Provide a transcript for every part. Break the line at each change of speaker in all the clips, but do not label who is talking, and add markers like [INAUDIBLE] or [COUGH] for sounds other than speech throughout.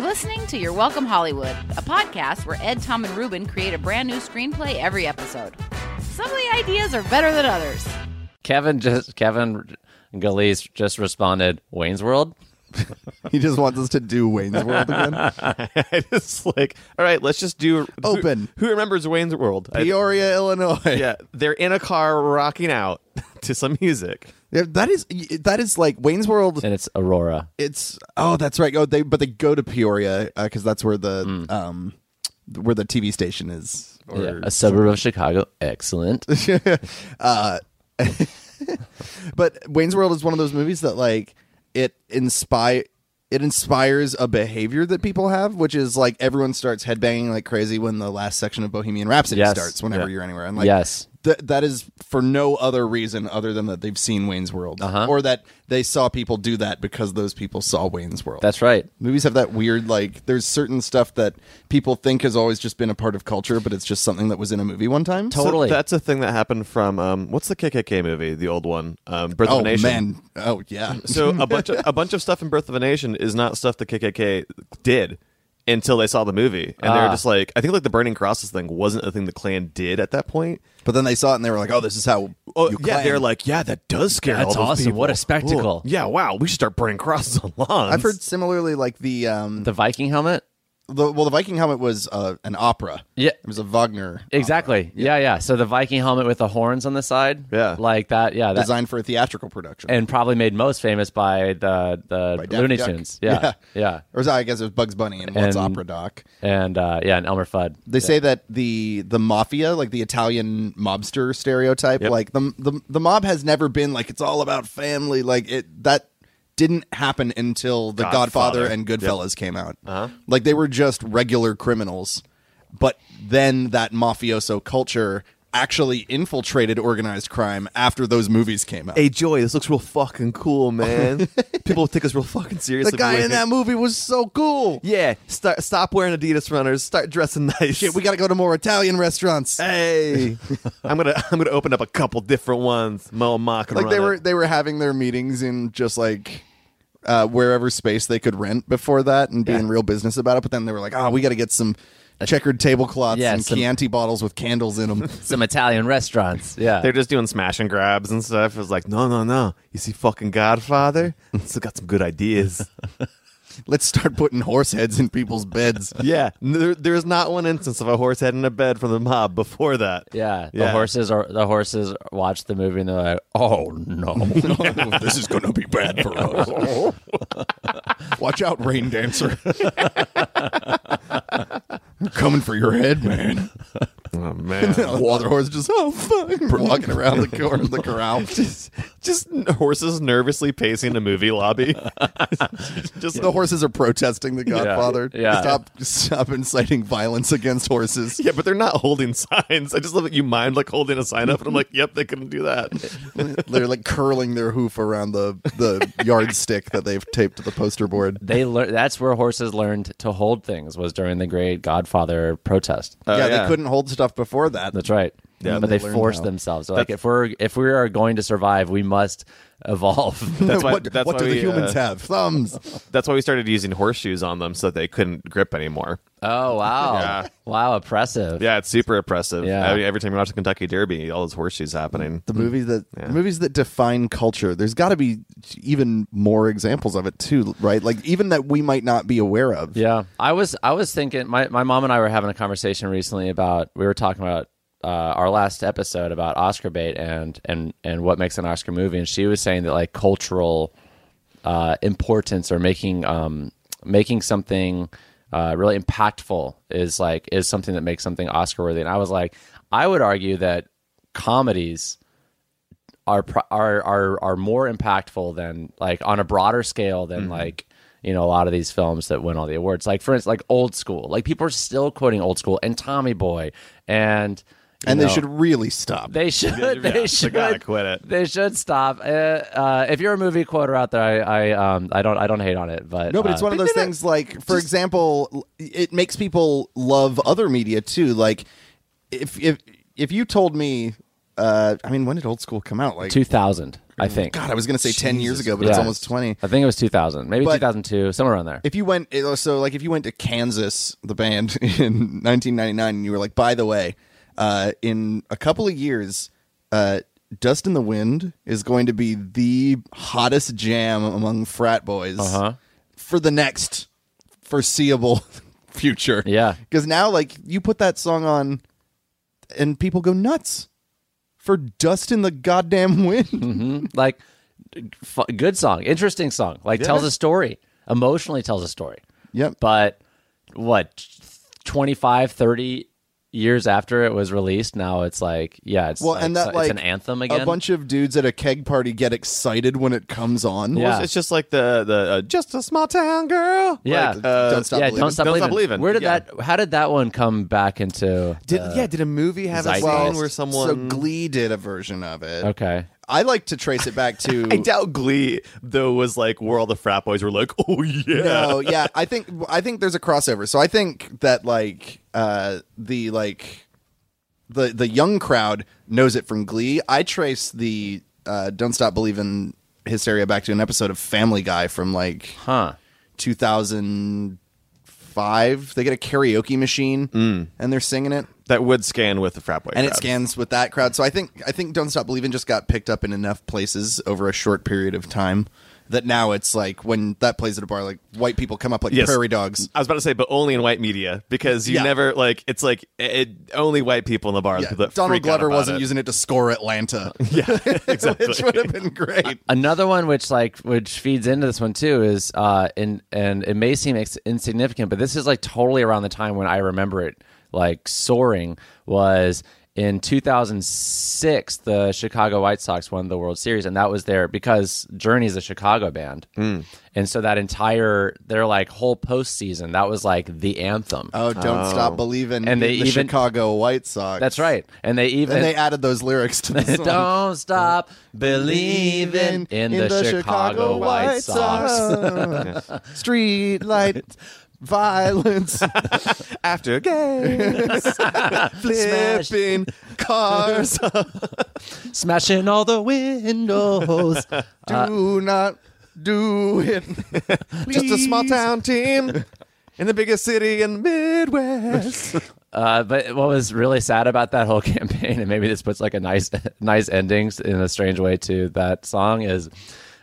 listening to Your Welcome Hollywood, a podcast where Ed, Tom, and Ruben create a brand new screenplay every episode. Some of the ideas are better than others.
Kevin just Kevin Galise just responded, Wayne's World.
He just wants us to do Wayne's World again.
[LAUGHS] it's like, all right, let's just do
Open.
Who, who remembers Wayne's World? I-
Peoria, Illinois.
yeah, they're in a car rocking out [LAUGHS] to some music.
Yeah, That is that is like Wayne's World.
And it's Aurora.
It's oh, that's right. Oh, they but they go to Peoria because that's where the um where the TV station is.
Or
Yeah, a suburb of Chicago. Excellent.
But Wayne's World is one of those movies that like it inspire it inspires a behavior that people have, which is like everyone starts headbanging like crazy when the last section of Bohemian Rhapsody
Yes.
starts. Whenever
Yeah.
you're anywhere, and like
Yes.
th- that is for no other reason other than that they've seen Wayne's World
Uh-huh.
or that they saw people do that because those people saw Wayne's World.
That's right.
Movies have that weird like there's certain stuff that people think has always just been a part of culture, but it's just something that was in a movie one time.
Totally.
that's a thing that happened from um, what's the KKK movie, the old one, um, Birth of
oh
a Nation.
man. Oh
[LAUGHS]
yeah.
So a bunch of a bunch of stuff in Birth of a Nation is not stuff the KKK did until they saw the movie, and they were
Ah.
just like, I think like the Burning Crosses thing wasn't a thing the Klan did at that point.
But then they saw it and they were like, "Oh, this is how."
Oh
you
yeah,
clan.
they're like, yeah, that does scare.
That's
all those
awesome.
people.
What a
Cool.
spectacle.
Yeah, wow. We should start burning crosses [LAUGHS] on lawns.
I've heard similarly like the um
The Viking helmet?
the well the Viking helmet was uh, an opera.
Yeah.
it was a Wagner
Exactly. Yeah. yeah, So the Viking helmet with the horns on the side.
Yeah.
Like that. Yeah. That,
designed for a theatrical production.
and probably made most famous by the the
By Daffy
Looney
Duck.
Tunes. Yeah. Yeah.
or sorry, I guess it was Bugs Bunny and one's
And-
opera doc.
And uh, yeah, and Elmer Fudd.
They say that the the mafia, like the Italian mobster stereotype,
Yep.
like the, the the mob has never been like it's all about family. Like it that didn't happen until The Godfather,
Godfather.
and Goodfellas came out. Uh-huh. Like they were just regular criminals, but then that mafioso culture actually infiltrated organized crime after those movies came out.
Hey Joy, this looks real
[LAUGHS]
fucking cool, man. People take us real fucking seriously.
the guy in that movie was so cool.
Yeah, start, stop wearing Adidas runners. Start dressing nice.
Shit, we got to go to more Italian restaurants. [LAUGHS]
[LAUGHS] Hey, I'm gonna I'm gonna open up a couple different ones. Mo and Ma can
like
run
they
it.
were they were having their meetings in just like uh, wherever space they could rent before that and being real business about it. But then they were like, oh, we got to get some checkered tablecloths
Yeah,
and
some-
Chianti bottles with candles in them.
Some Italian restaurants. Yeah.
They're just doing smash and grabs and stuff. It was like, no, no, no. You see,
[LAUGHS]
fucking Godfather, still got some good ideas.
Let's start putting horse heads in people's beds. [LAUGHS]
yeah, there, there's not one instance of a horse head in a bed from the mob before that.
yeah. The
Yeah.
horses are the horses watch the movie and they're like, Oh no.
Oh, this is going to be bad for us. [LAUGHS] Watch out, rain dancer. [LAUGHS] Coming for your head, man. [LAUGHS]
Oh man, [LAUGHS]
Water horse just oh fuck, walking around the, cor- the corral.
just horses nervously pacing a
[LAUGHS]
movie lobby. [LAUGHS] just
The horses are protesting the Godfather.
Yeah.
Stop stop inciting violence against horses.
[LAUGHS] Yeah, but they're not holding signs. I just love that you mind like holding a sign up, and I'm like, yep, they couldn't
[LAUGHS]
do [LAUGHS] that.
They're like curling their hoof around the,
[LAUGHS]
the yardstick that they've taped to the poster board.
They learn. That's where horses learned to hold things was during the Great Godfather protest.
yeah,
Oh, yeah.
they couldn't hold stuff before that.
That's right.
Uh, Yeah,
but
they
they,
learned
forced
how.
themselves. They're like if we're if we are going to survive, we must evolve. [LAUGHS]
[LAUGHS]
That's why.
what
that's
what do
why
the
we, uh,
humans have? Thumbs.
That's why we started using horseshoes on them so that they couldn't grip anymore.
oh wow,
Yeah.
wow, oppressive.
Yeah, it's super oppressive.
Yeah.
I mean, every time you watch the Kentucky Derby, all those horseshoes happening.
The movies that movies that define culture. There's got to be even more examples of it too, right? Like even that we might not be aware of.
Yeah. I was I was thinking my, my mom and I were having a conversation recently about we were talking about uh, our last episode about Oscar bait and and and what makes an Oscar movie and she was saying that like cultural uh, importance or making um, making something uh, really impactful is like is something that makes something Oscar worthy and I was like I would argue that comedies are pro- are are are more impactful than like on a broader scale than
Mm-hmm.
like you know a lot of these films that win all the awards. Like for instance, like old school. Like people are still quoting old school and Tommy Boy and you
and
know,
they should really stop.
they should [LAUGHS]
yeah,
they
they
should
gotta quit it.
They should stop. Uh, uh, if you're a movie quoter out there, I I um I don't I don't hate on it, but
No, but
uh,
it's one of those things. Like, for example, l- it makes people love other media too. Like, if if if you told me, uh, I mean, when did Old School come out? Like,
two thousand. I think.
God, I was going to say 10 years
Jesus.
ago, but it's
Yeah.
almost 20.
I think it was 2000, maybe
But-
2002, somewhere around there.
If you went, it was- so like if you went to Kansas, the band [LAUGHS] in 1999, and you were like, by the way, uh, in a couple of years, uh, Dust in the Wind is going to be the hottest jam among frat boys
Uh-huh.
for the next foreseeable [LAUGHS] future.
Yeah.
Because now, like, you put that song on and people go nuts for Dust in the Goddamn Wind.
[LAUGHS] like f- good song, interesting song. Like tells a story, emotionally tells a story.
Yep.
But what 25, 30 years after it was released, now it's like yeah, it's
Well,
like,
and that,
it's
like,
an anthem again.
A bunch of dudes at a keg party get excited when it comes on.
Yeah.
It's just like the the uh, just a small town girl.
yeah.
Like, uh,
Don't Stop
yeah,
Believin'.
don't stop
Don't
believing.
Stop Believin',
Where did
yeah.
that? How did that one come back into?
Did, yeah, did a movie have a
Uh, Zeitgeist.
scene where
So
someone?
Glee did a version of it.
Okay,
I like to trace it back to.
[LAUGHS] I doubt Glee though was like where all the frat boys were like, [LAUGHS] oh yeah,
no, yeah, I think I think there's a crossover. So I think that like uh, the like the the young crowd knows it from Glee. I trace the uh, Don't Stop Believin' hysteria back to an episode of Family Guy from like
huh?
2005. They get a karaoke machine
Mm.
and they're singing it.
that would scan with the frat boy.
and it
crowd.
scans with that crowd. So I think I think Don't Stop Believin' just got picked up in enough places over a short period of time that now it's like when that plays at a bar, like white people come up like
Yes.
prairie dogs.
I was about to say, but only in white media because you
Yeah.
never like it's like it, only white people in the bar. are the
Yeah,
people that
Donald
freak out
Glover
about
wasn't
it.
using it to score Atlanta,
[LAUGHS] Yeah, exactly.
[LAUGHS] which would have been great.
Another one which like which feeds into this one too is uh and and it may seem ex- insignificant, but this is like totally around the time when I remember it like soaring was in 2006 the Chicago White Sox won the World Series and that was their because Journey's a Chicago band.
Hmm.
And so that entire their like whole postseason that was like the anthem.
Oh, Don't Stop Believin',
And they
the
even-
Chicago White Sox.
That's right. And they even
And they added those
[LAUGHS]
lyrics to the song. [LAUGHS]
don't stop believing in, the, Chicago, White Sox. [LAUGHS]
Street
[LAUGHS]
light violence.
After [LAUGHS] gay,
flipping cars.
[LAUGHS] Uh,
smashing all the windows.
Do not do it.
[LAUGHS] just a small town team in the biggest city in the [LAUGHS] Midwest.
uh, but what was really sad about that whole [LAUGHS] campaign, and maybe this puts like a nice, [LAUGHS] nice ending in a strange way to that song, is.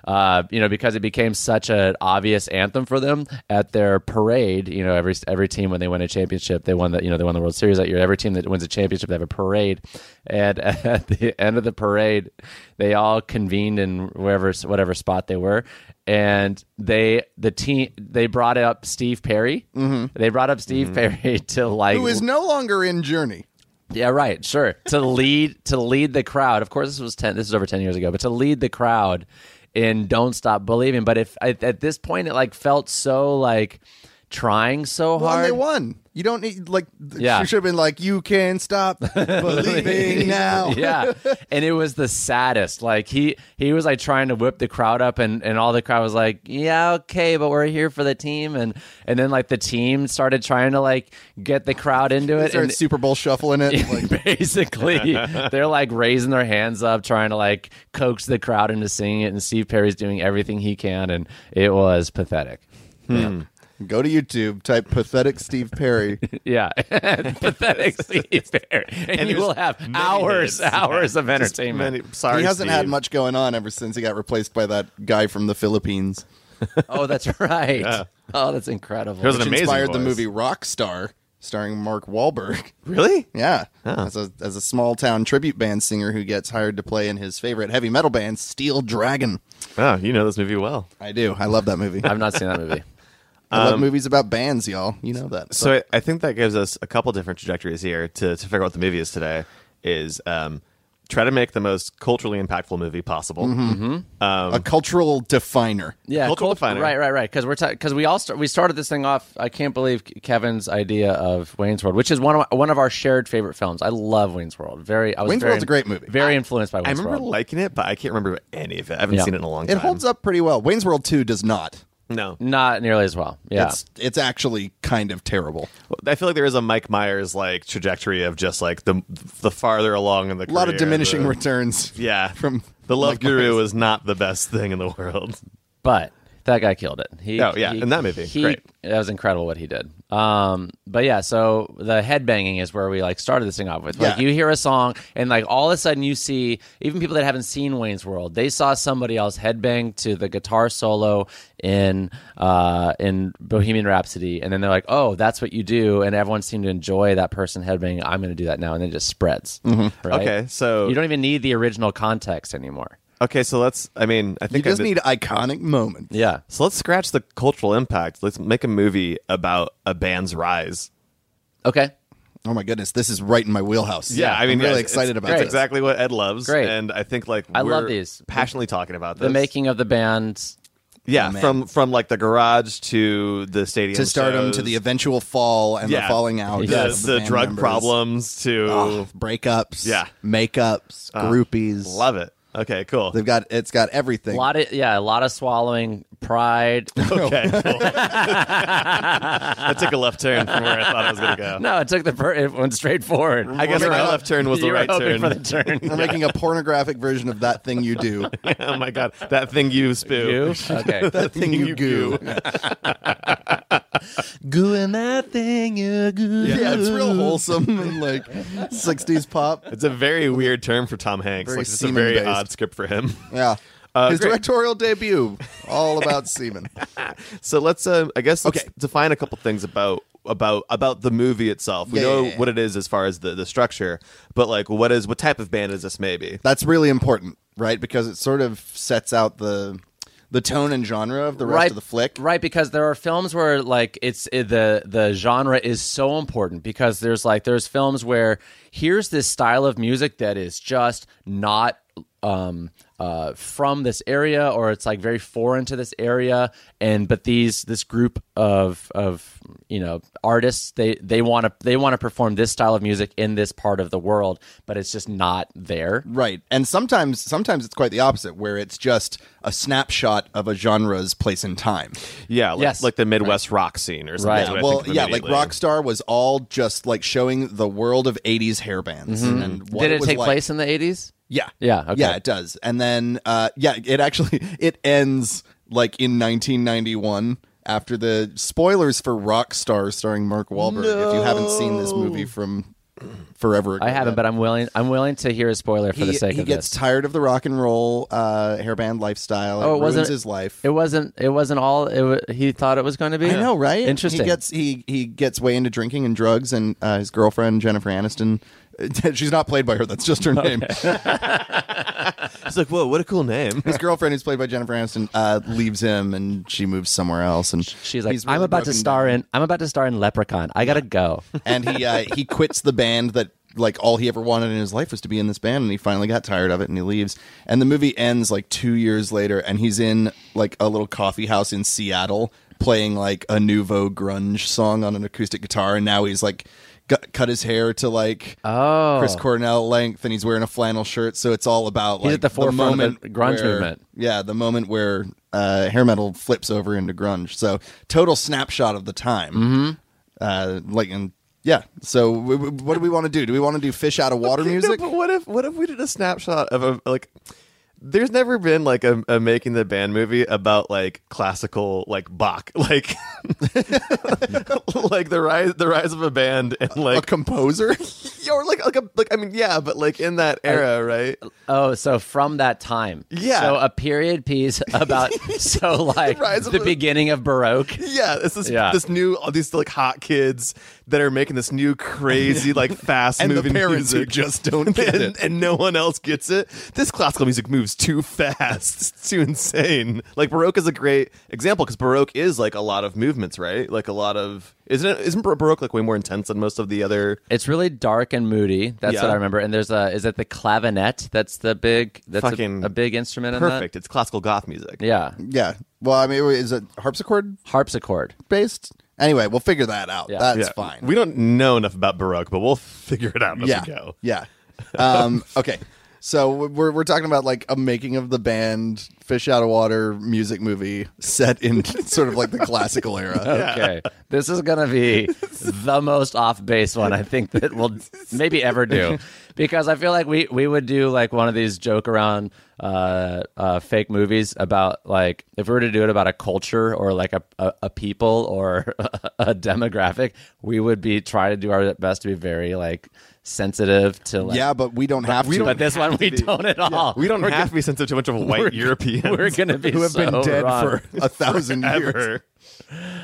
Uh, you know, because it became such an obvious anthem for them at their parade. You know, every every team when they win a championship, they won the you know they won the World Series that year. Every team that wins a championship, they have a parade, and [LAUGHS] at the end of the parade, they all convened in wherever whatever spot they were, and they the team they brought up Steve Perry. Mm-hmm. They brought up Steve Perry [LAUGHS] to like
Who is no longer in Journey.
yeah, right. Sure. to lead to lead the crowd. Of course, this was ten. This is over ten years ago, but to lead the crowd in "Don't Stop Believing." But if at, at this point it like felt so like trying so
Well, and
hard.
they won. You don't need like. th-
Yeah.
She should have been like, "You can
[LAUGHS]
stop believing now."
[LAUGHS] yeah, and it was the saddest. Like he he was like trying to whip the crowd up, and and all the crowd was like, "Yeah, okay, but we're here for the team." And and then like the team started trying to like get the crowd into
They
it,
started
and
Super Bowl shuffling it.
[LAUGHS]
[LAUGHS]
Like,
basically they're like raising their hands up trying to like coax the crowd into singing it and steve perry's doing everything he can and it was pathetic
Hmm.
go to YouTube, type "pathetic Steve
[LAUGHS]
Perry."
yeah [LAUGHS] pathetic steve perry and, you
there's
will have
many
hours
hits. Yeah,
hours of
Just
entertainment
many- sorry,
he hasn't
Steve.
had much going on ever since he got replaced by that guy from the Philippines.
oh that's [LAUGHS] right oh that's incredible
There's an
which
amazing
inspired the
voice.
movie Rockstar, starring Mark Wahlberg.
Really?
Yeah, as a as a small town tribute band singer who gets hired to play in his favorite heavy metal band, Steel Dragon.
Oh, you know this movie well.
I do. I love that movie.
i've not seen that movie
I
Um,
love movies about bands, y'all. You know that.
So I, I think that gives us a couple different trajectories here to, to figure out what the movie is today. Is um, try to make the most culturally impactful movie possible.
Mm-hmm.
um,
a cultural definer.
yeah,
Cultural
cult-
definer.
right, right, right. Because we're because we all start, we started this thing off. I can't believe Kevin's idea of Wayne's World, which is one of my- one of our shared favorite films. I love Wayne's World. Very, I was
Wayne's
very,
World's a great movie.
Very influenced by Wayne's
I remember
World.
liking it, but I can't remember any of it. I haven't
Yeah.
seen it in a long
It
time.
holds up pretty well. Wayne's World 2 does not.
No,
Not nearly as well. Yeah.
It's it's actually kind of terrible.
I feel like there is a Mike Myers like trajectory of just like the the farther along in the
A lot of
career,
diminishing
the-
returns.
yeah,
from
the Love
Mike
Guru
Myers.
was not the best thing in the
[LAUGHS]
world.
but that guy killed it. He,
Oh, yeah,
he,
in that movie.
he-
Great.
That was incredible what he did. Um, but yeah, so the headbanging is where we like started this thing off with. Like
Yeah.
you hear a song, and like all of a sudden you see even people that haven't seen Wayne's World, they saw somebody else headbang to the guitar solo in uh, in Bohemian Rhapsody, and then they're like, oh, that's what you do, and everyone seemed to enjoy that person headbanging. I'm going to do that now, and then it just spreads. right?
Mm-hmm. Okay, so
you don't even need the original context anymore.
okay, so let's. I mean, I
You
think I
just
did-
need iconic moments.
Yeah.
So let's scratch the cultural impact. Let's make a movie about a band's rise.
Okay.
Oh my goodness, this is right in my wheelhouse.
I mean,
I'm really
it's-
excited
it's-
about
it's
this.
exactly what Ed loves.
Great.
and I think like
I love
we're
these.
passionately talking about this.
The making of the band
yeah,
man.
from from like the garage to the stadium
To stardom, to
shows,
the eventual fall and
Yeah.
the falling out.
the,
of
the
band
drug
members. Ah.
problems to
Ugh, breakups,
Yeah.
makeups, groupies.
love it. Okay, cool.
They've got it's got everything.
A lot of yeah, a lot of swallowing, pride. [LAUGHS]
[LAUGHS]
Okay, [LAUGHS] cool. I took a left turn from where I thought I was going to go.
no, it took the per- it went straight forward.
I guess
We're
my
hop-
left turn was the
You were
right
hoping
turn.
for the turn.
[LAUGHS] We're making a pornographic version of that thing you do.
[LAUGHS] oh my god, that thing you spew.
You?
[LAUGHS]
Okay.
that thing you goo.
goo and that thing you goo.
Yeah, it's real wholesome and like 60s pop.
It's a very weird term for Tom Hanks.
Very
like, it's a very
semen-based.
odd script for him.
Yeah.
Uh,
His
great.
directorial debut, all about semen.
[LAUGHS] So let's, um, I guess, let's
Okay.
define a couple things about about about the movie itself. We
Yeah,
know
yeah, yeah.
what it is as far as the the structure, but like, what is what type of band is this? Maybe.
That's really important, right? Because it sort of sets out the the tone and genre of the rest
right,
of the flick.
Right, because there are films where like it's it, the the genre is so important because there's like there's films where here's this style of music that is just not um uh from this area or it's like very foreign to this area and but these this group of of you know artists they they want to they want to perform this style of music in this part of the world but it's just not there
Right. And sometimes sometimes it's quite the opposite where it's just a snapshot of a genre's place in time.
Yeah, like,
Yes.
like the Midwest rock scene or something.
Right.
is what I
well,
think of
yeah, like
immediately.
Rockstar was all just like showing the world of 80s hair bands and what
Mm-hmm. did it,
was
take
like.
place in the 80s
Yeah.
Yeah, okay.
Yeah, it does. And then uh yeah, it actually [LAUGHS] it ends like in 1991 after the spoilers for Rockstar starring Mark Wahlberg. If you haven't seen this movie from forever ago.
I haven't, but I'm willing. I'm willing to hear a spoiler for
Uh, he,
the sake
he
of
gets
this.
tired of the rock and roll uh hairband lifestyle.
Oh,
it,
it wasn't-
ruins his life.
It wasn't. It wasn't all. It wa he thought it was going to be.
I know, right?
Interesting.
He gets he he gets way into drinking and drugs, and uh, his girlfriend Jennifer Aniston. [LAUGHS] She's not played by her. That's just
[LAUGHS]
her name.
It's like, whoa, what a
[LAUGHS]
cool name.
His girlfriend, who's played by Jennifer Aniston, uh, leaves him, and she moves somewhere else. And
She's like,
he's really
I'm about to
broken
star
down."
in. I'm about to star in Leprechaun. I gotta
[LAUGHS]
go.
and he uh, he quits the band that like all he ever wanted in his life was to be in this band, and he finally got tired of it, and he leaves. And the movie ends like two years later, and he's in like a little coffee house in Seattle playing like a nouveau grunge song on an acoustic guitar, and now he's like. Got, cut his hair to like
Oh.
Chris Cornell length, and he's wearing a flannel shirt. So it's all about like
at the forefront of the
moment
grunge
where-
movement.
Yeah, the moment where uh, hair metal flips over into grunge. So total snapshot of the time. Mm-hmm. Uh, like and yeah. So w- w- what do we want to do? Do we want to do fish out of water
[LAUGHS] Yeah,
music?
but what if what if we did a snapshot of a like there's never been like a, a making the band movie about like classical like Bach [LAUGHS] like like the rise the rise of a band and
A
like
composer? [LAUGHS]
or like like a like I mean yeah but like in that era right
Oh, so from that time.
Yeah.
So a period piece [LAUGHS]
[LAUGHS]
about so like
Rise of
the
the-
beginning of Baroque.
yeah it's this
Yeah.
this new all these like hot kids that are making this new crazy like [LAUGHS] fast
And the
moving
parents who
music
just don't get
[LAUGHS] and,
it.
and no one else gets it. This classical music moves too fast. [LAUGHS] It's too insane. Like Baroque is a great example because Baroque is like a lot of movements, right? Like a lot of isn't it? Isn't Bar- Baroque like way more intense than most of the other?
It's really dark and moody. That's
Yeah.
what I remember. And there's a is it the clavinet? That's the big. That's a-
Fucking
a, big instrument. in that?
Perfect. It's classical goth music.
Yeah.
yeah. Well, I mean, is it harpsichord
Harpsichord.
based? Anyway, we'll figure that out.
Yeah.
That's
Yeah.
fine.
[LAUGHS] We don't know enough about Baroque, but we'll figure it out as
yeah,
we go.
yeah. Um, [LAUGHS] okay. So we're we're talking about like a making of the band Fish Out of Water music movie set in [LAUGHS] sort of like the classical era.
Okay, [LAUGHS] this is gonna be the most off base one I think that we'll maybe ever do, because I feel like we we would do like one of these joke around uh, uh, fake movies about like if we were to do it about a culture or like a a, a people or [LAUGHS] a demographic, we would be try to do our best to be very like sensitive to like
Yeah, but we don't have to.
but this one we don't at all.
We don't have to be sensitive to
[LAUGHS]
a bunch of white Europeans.
We're gonna be
who have been
so
dead
wrong.
for a thousand years.
ever.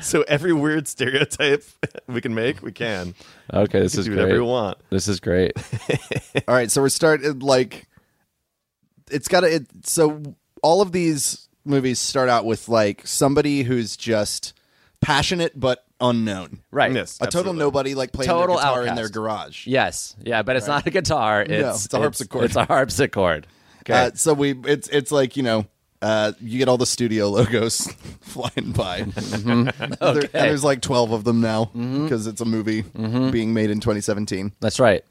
So every weird stereotype [LAUGHS] we can make, we can.
Okay, this
We
is
can do whatever
great.
we want.
This is great.
All right, so we're started like it's got to it so all of these movies start out with like somebody who's just passionate but unknown.
Right.
Yes.
A total
Absolutely.
nobody like playing
Total
their guitar in
outcast.
their garage.
Yes. Yeah, but it's not a guitar. It's,
it's a harpsichord.
It's, a harpsichord. Okay.
Uh, so we it's it's like, you know, uh, you get all the studio [LAUGHS] logos flying by.
Mm-hmm.
[LAUGHS] There- and there's like 12 of them now because it's a movie
Mm-hmm.
being made in 2017.
That's right.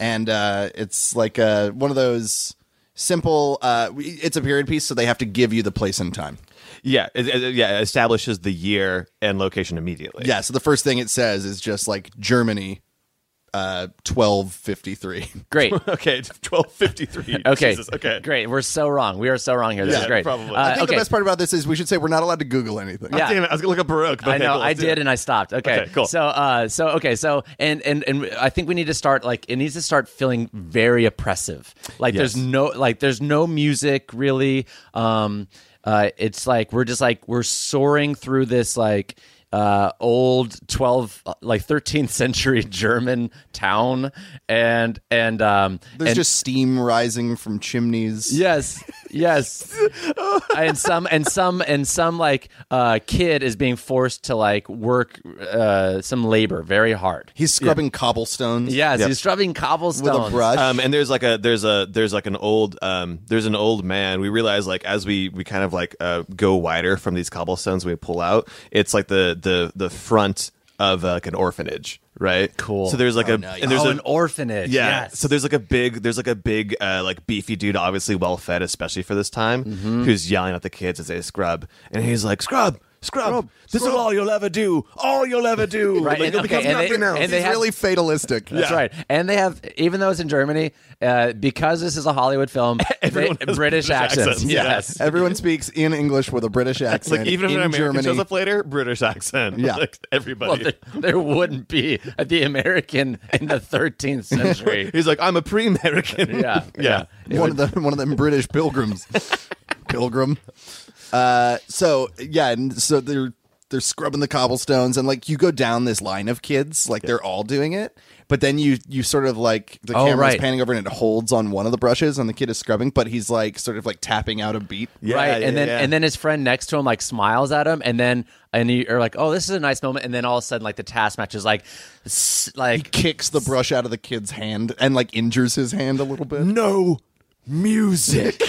and uh, it's like uh, one of those simple. Uh, we- it's a period piece, so they have to give you the place and time.
Yeah, it, it- yeah, it establishes the year and location immediately.
Yeah, so the first thing it says is just like Germany, uh, twelve fifty three.
Great.
[LAUGHS] Okay, 1253.
[LAUGHS] Okay.
Jesus, okay.
Great. We're so wrong. We are so wrong here. This
Yeah,
is great.
probably.
Uh,
[LAUGHS]
I
I think
okay.
the best part about this is we should say we're not allowed to Google anything.
Yeah.
Damn it, I was going to look up Baroque.
[LAUGHS]
But
I
okay,
know
cool,
I
let's do
did,
it.
and I stopped. Okay,
Okay, cool.
So, uh, so okay, so and and and I think we need to start like it needs to start feeling very oppressive. Like there's
Yes.
no like there's no music really. Um, uh, it's like we're just like we're soaring through this like uh old 12 uh, like 13th century [LAUGHS] german town and and um
There's
and-
just steam rising from chimneys.
[LAUGHS] Yes,
[LAUGHS]
yes, and some and some and some like uh, kid is being forced to like work uh, some labor very hard.
He's scrubbing cobblestones.
Yes,
Yep.
he's scrubbing
With
cobblestones
a brush,
Um, and there's like a there's a there's like an old um there's an old man. We realize like as we we kind of like uh go wider from these cobblestones we pull out, it's like the the the front of uh, like an orphanage, right?
Cool.
So there's like a
nice.
and there's
oh,
a,
an orphanage.
Yeah.
Yes.
So there's like a big, there's like a big, uh, like beefy dude, obviously well fed, especially for this time,
Mm-hmm.
who's yelling at the kids as they scrub, and he's like, "Scrub, scrub, this is all you'll ever do, all you'll ever do."
[LAUGHS] Right,
Like,
and-
you'll
okay,
become
and they-
nothing else.
and
He's
they have-
really fatalistic.
That's right, and they have even though it's in Germany, uh, because this is a Hollywood film, they-
[LAUGHS] Everyone has
British, accents.
accents,
Yes,
Everyone speaks in English with a British accent.
like even if
in
an American
Germany,
shows up later, British accent. [LAUGHS]
Yeah.
Like,
well,
everybody.
there, there wouldn't be the American in the 13th
[LAUGHS]
century.
he's like, "I'm a pre-American."
yeah,
[LAUGHS] yeah.
one of them one of them
[LAUGHS]
British pilgrims. Pilgrim. Uh so yeah, and so they're they're scrubbing the cobblestones and like you go down this line of kids, like they're all doing it. But then you you sort of like the
Oh,
camera's
right.
panning over and it holds on one of the brushes and the kid is scrubbing, but he's like sort of like tapping out a beat.
Yeah,
right,
yeah,
and then
yeah.
and then his friend next to him like smiles at him, and then and you're like, oh, this is a nice moment, and then all of a sudden like the task match is like, s- like
Kicks the brush out of the kid's hand and like injures his hand a little bit.
No
[LAUGHS]
music.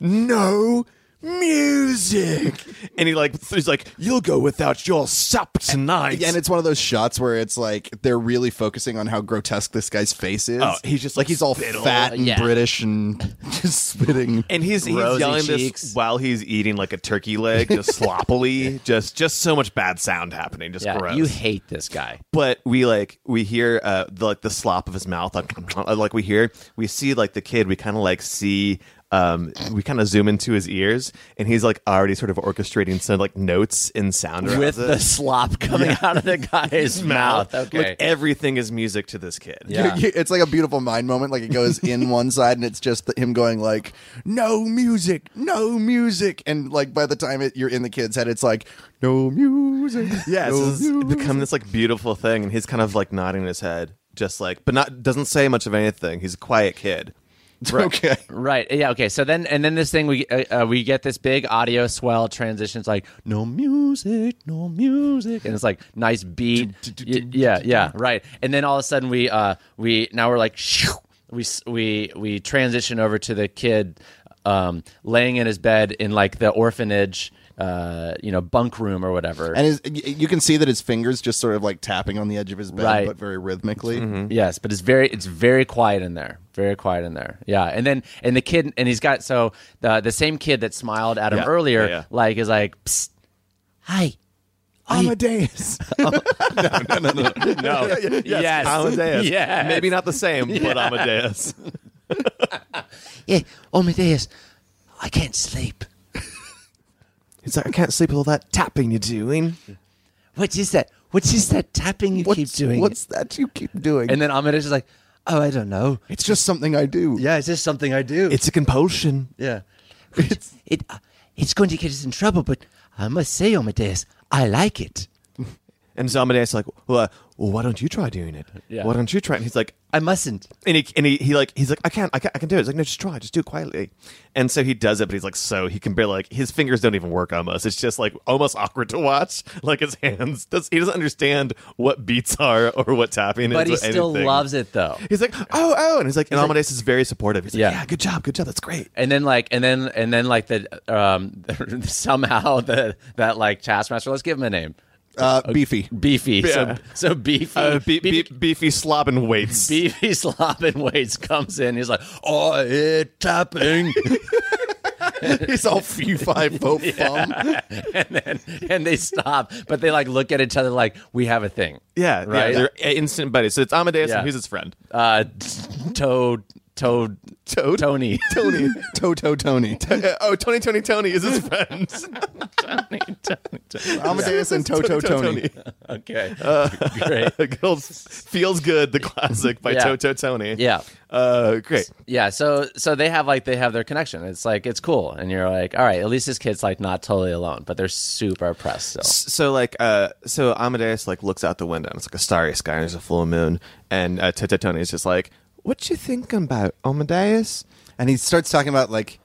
no music. And he like he's like, "You'll go without your sup tonight."
And it's one of those shots where it's like they're really focusing on how grotesque this guy's face is.
Oh, he's just
like he's all
spittle.
fat and
Yeah.
British and [LAUGHS] just spitting.
And
[LAUGHS]
he's, he's
Rosy
yelling
cheeks.
this while he's eating like a turkey leg,
[LAUGHS]
just sloppily, just just so much bad sound happening, just
yeah,
gross.
you hate this guy.
but we like we hear uh, the, like the slop of his mouth, like, [CLEARS THROAT] uh, like we hear, we see like the kid. We kind of like see, um, we kind of zoom into his ears, and he's like already sort of orchestrating some like notes and sound around
With
it.
the slop coming out
[LAUGHS]
of the guy's mouth. Okay.
Like everything is music to this kid.
Yeah.
You- you- it's like a beautiful mind moment. Like it goes in one side, and it's just the, him going like, "No music, no music," and like by the time it, you're in the kid's head, it's like, "No music."
[LAUGHS] Yeah,
no
it's, it's
music."
become this like beautiful thing, and he's kind of like nodding his head, just like, but not doesn't say much of anything. He's a quiet [LAUGHS] kid.
okay.
Right. Yeah. Okay. So then, and then this thing we uh, uh, we get this big audio swell transitions like no music, no music, and it's like nice beat. Y- yeah. Yeah. Right. And then all of a sudden we uh we now we're like shoo, we s- we we transition over to the kid um laying in his bed in like the orphanage uh, you know, bunk room or whatever.
And his, y- you can see that his fingers just sort of like tapping on the edge of his bed,
Right.
but very rhythmically.
Mm-hmm.
Yes, but it's very it's very quiet in there. Very quiet in there. Yeah, and then and the kid and he's got so the the same kid that smiled at him
Yeah,
earlier,
yeah, yeah.
like is like, Psst, hi.
[LAUGHS]
Amadeus.
No. yes. [LAUGHS]
Amadeus.
Yes.
Maybe not the same, but Amadeus.
Yeah. Amadeus, I can't sleep.
[LAUGHS] He's like, I can't sleep with all that tapping you're doing.
What is that? What is that tapping you keep doing?
that you keep doing?
and then Amadeus is like, oh, I don't know.
it's just something I do.
Yeah, it's just something I do.
It's a compulsion.
yeah. It's it. uh, it's going to get us in trouble, but I must say, Amadeus, I like it.
And so Amadeus is like, well, uh, well, why don't you try doing it?
Yeah.
Why don't you try? it? And he's like,
I mustn't.
and he and he, he like he's like I can't I can I can do it. He's like no, just try, just do it quietly. And so he does it, but he's like so he can barely like his fingers don't even work almost. It's just like almost awkward to watch. [LAUGHS] Like his hands does he doesn't understand what beats are or what tapping
But
is.
he
or
still
anything.
loves it though.
He's like oh oh, and he's like and
like-
Amadeus is very supportive. He's like
Yeah.
yeah. good job, good job, that's great.
and then like and then and then like the um [LAUGHS] somehow the that like taskmaster let's give him a name
Uh, beefy.
beefy so
Yeah.
so beefy
Uh, be-
beefy,
be- beefy slobbing weights. [LAUGHS]
beefy [LAUGHS] slobbing waits comes in he's like oh I hear tapping
He's
[LAUGHS]
all fee fi [LAUGHS] fo fum.
and then and they stop but they like look at each other like we have a thing
yeah, yeah,
Right.
they're instant buddies. So it's Amadeus
Yeah.
and who's his friend?
uh toad toad
Toad?
tony
[LAUGHS] Tony. Toto [LAUGHS] Tony.
Uh, [LAUGHS] oh, Tony, Tony, Tony is his friend.
[LAUGHS] tony tony, tony.
Amadeus and Toto Tony.
okay
Uh.
great
[LAUGHS] Good old feels good, the classic
[LAUGHS]
by
Yeah.
Toto Tony.
yeah
Uh, great.
Yeah, so so they have like they have their connection. It's like it's cool, and you're like, all right, at least this kid's like not totally alone, but they're super oppressed still.
So like, uh, so Amadeus like looks out the window. and It's like a starry sky and there's a full moon. And uh, Toto Tony is just like, "What you thinking about, Amadeus?"
And he starts talking about, like,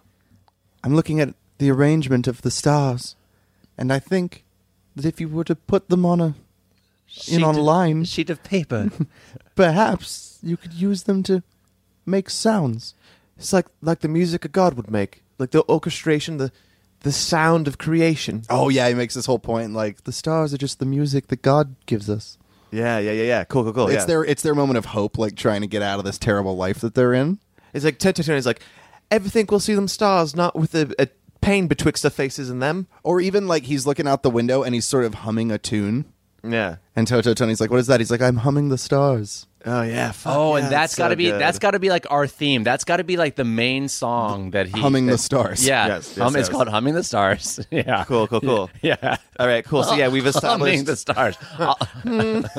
I'm looking at the arrangement of the stars. And I think that if you were to put them on a, in on a line,
sheet of [LAUGHS] paper.
perhaps you could use them to make sounds.
It's like like the music a god would make, like the orchestration, the the sound of creation.
Oh, yeah. He makes this whole point like, the stars are just the music that God gives us.
Yeah, yeah, yeah, yeah. Cool, cool, cool.
It's
yeah.
their it's their moment of hope, like trying to get out of this terrible life that they're in.
It's like Toto Tony's like, "Everything will see them stars, not with a, a pain betwixt their faces and them."
Or even like he's looking out the window and he's sort of humming a tune.
Yeah.
And Toto Tony's like, "What is that?" He's like, "I'm humming the stars."
Oh yeah. Fuck
oh,
yeah,
and that's
so
got to be
good.
that's got to be like our theme. That's got to be like the main song that he
Humming the
that-
Stars.
Yeah,
Yes, yes,
Hum- it's
yes.
called humming the stars. [LAUGHS] yeah,
Cool, cool, cool.
Yeah,
All right, cool. So yeah, we've [LAUGHS]
humming
established
the stars.
[LAUGHS]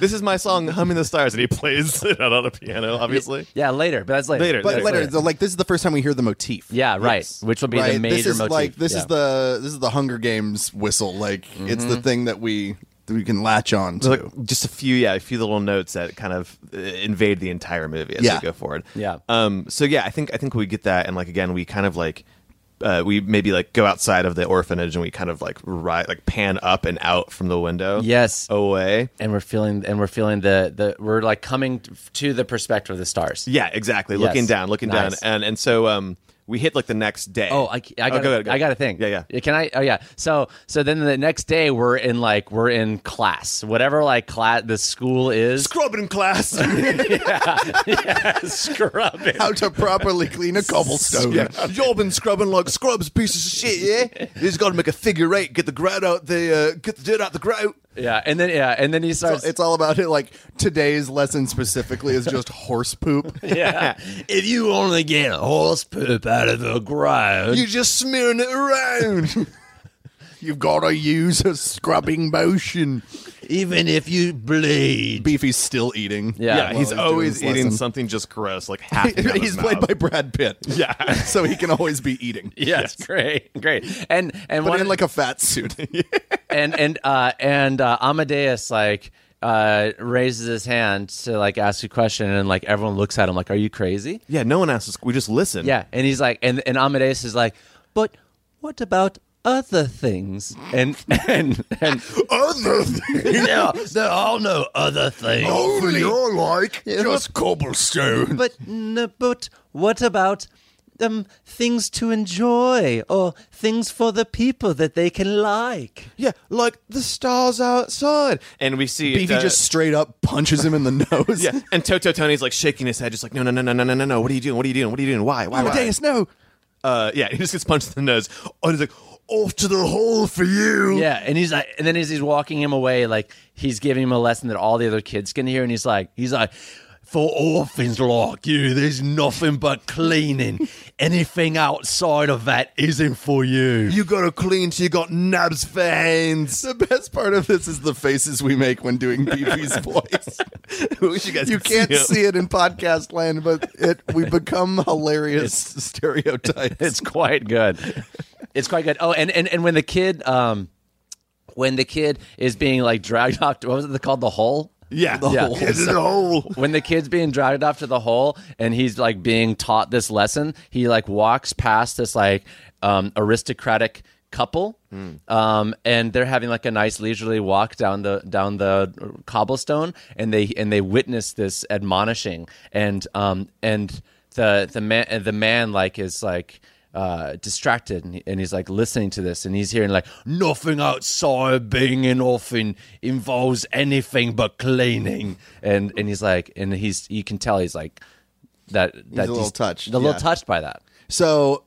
this is my song "Humming the Stars," and he plays [LAUGHS] it out on the piano. Obviously,
yeah, later, but that's later.
Later,
But
Yeah,
later,
yeah.
the- like this is the first time we hear the motif.
Yeah, right.
Yes.
Which will be
right.
the major
this is
motif.
like this
Yeah. Mm-hmm.
is the this is the Hunger Games whistle. Like it's the thing that we that we can latch on to.
There's, like, just a few, yeah, a few little notes that kind of uh, invade the entire movie as
Yeah.
we go forward.
Yeah.
Um. So yeah, I think I think we get that, and like again, we kind of like. Uh, we maybe like go outside of the orphanage and we kind of like ride like pan up and out from the window.
Yes.
away.
and we're feeling and we're feeling the the we're like coming to the perspective of the stars.
Yeah, exactly.
Yes.
Looking down, looking
Nice.
down, and and so um we hit like the next day.
Oh, I, I got,
go
a,
ahead, go
I got a
ahead.
thing.
Yeah, yeah.
Can I? Oh, yeah. So, so then the next day we're in like we're in class, whatever like class the school is.
Scrubbing [LAUGHS] class.
Scrubbing.
[LAUGHS] How to properly
[LAUGHS]
clean a cobblestone. [LAUGHS]
Y'all been scrubbing like scrubs, pieces of shit, [LAUGHS] yeah? You just gotta make a figure eight, get the grout out the uh, get the dirt out the grout.
Yeah, and then yeah, and then he starts.
It's, it's all about it. Like today's lesson specifically is just horse poop.
[LAUGHS] yeah. if you only get horse poop out of the ground,
You just smearing
[LAUGHS]
it around.
You've got to use a scrubbing motion.
even if you bleed.
Beefy's still eating.
Yeah.
yeah,
Well,
he's
he's
always
doing his
[LAUGHS]
eating
lesson.
something just gross, like half. [LAUGHS] out
[LAUGHS]
of
he's
his
played
mouth.
by Brad Pitt.
Yeah.
[LAUGHS] so he can always be eating.
[LAUGHS] Yes, great, great, and and
But
one
in like a
[LAUGHS]
fat suit. [LAUGHS]
and and uh, and uh, Amadeus like uh, raises his hand to like ask a question, and like everyone looks at him like, "Are you crazy?"
Yeah, no one asks. We just listen.
Yeah, and he's like, and, and Amadeus is like, but what about other things? And [LAUGHS] and and
Other thing,
there, there are no other things.
only I like just cobblestone.
But no, but what about
um, things to enjoy or things for the people that they can like.
Yeah, like the stars outside, and we see
Beefy
the-
just straight up punches him in the [LAUGHS] nose.
[LAUGHS] yeah, and Toto Tony's like shaking his head, just like no, no, no, no, no, no, no, no. What are you doing? What are you doing? What are you doing? Why? Why? why?
Amadeus, no.
Uh, yeah, [LAUGHS] he just gets punched in the nose. Oh, he's like off to the hole for you.
Yeah, and he's like, and then as he's walking him away, like he's giving him a lesson that all the other kids can hear, and he's like, he's like, for orphans like you, there's nothing but cleaning. Anything outside of that isn't for you. [LAUGHS]
You gotta clean till you got nabs for hands.
The best part of this is the faces we make when doing [LAUGHS] Beefy's voice.
I wish you guys
You
could
can't
him.
see it in podcast land, but it we become hilarious stereotypes.
It's quite good. It's quite good. Oh, and and and when the kid, um, when the kid is being like dragged off, to, what was it called, the hole?
Yeah,
The
yeah.
hole. [LAUGHS]
It's in the hole.
when the kid's being dragged off to the hole and he's like being taught this lesson, he like walks past this like um, aristocratic couple, um, and they're having like a nice leisurely walk down the down the cobblestone, and they and they witness this admonishing, and um, and the the man the man like is like uh, distracted and, he- and he's like listening to this and he's hearing like nothing outside being an orphan involves anything but cleaning and and he's like and he's you can tell he's like that that
a little touched,
a little
yeah.
touched by
[LAUGHS]
that
So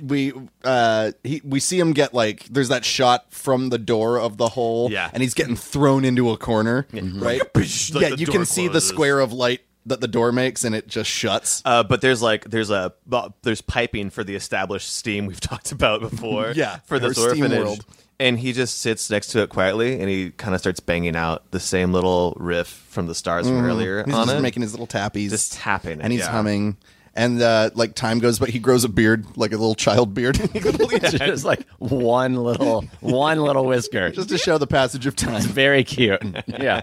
we uh he we see him get like there's that shot from the door of the hole
Yeah.
and he's getting thrown into a corner right
Like
yeah
the
you
door
can see the
closes.
square of light that the door makes and it just shuts
Uh, but there's like there's a bu- there's piping for the established steam we've [LAUGHS] talked about before.
Yeah,
for this
or Steam
orphanage.
World.
And he just sits next to it quietly, and he kind of starts banging out the same little riff from the stars from earlier
Mm. he's
on
just
it.
making his little tappies
just tapping, it,
and he's
yeah.
humming and uh like time goes but he grows a beard like a little child beard [LAUGHS]
[LAUGHS]
[LAUGHS] just like one little one little whisker
just to show the passage of time
very cute yeah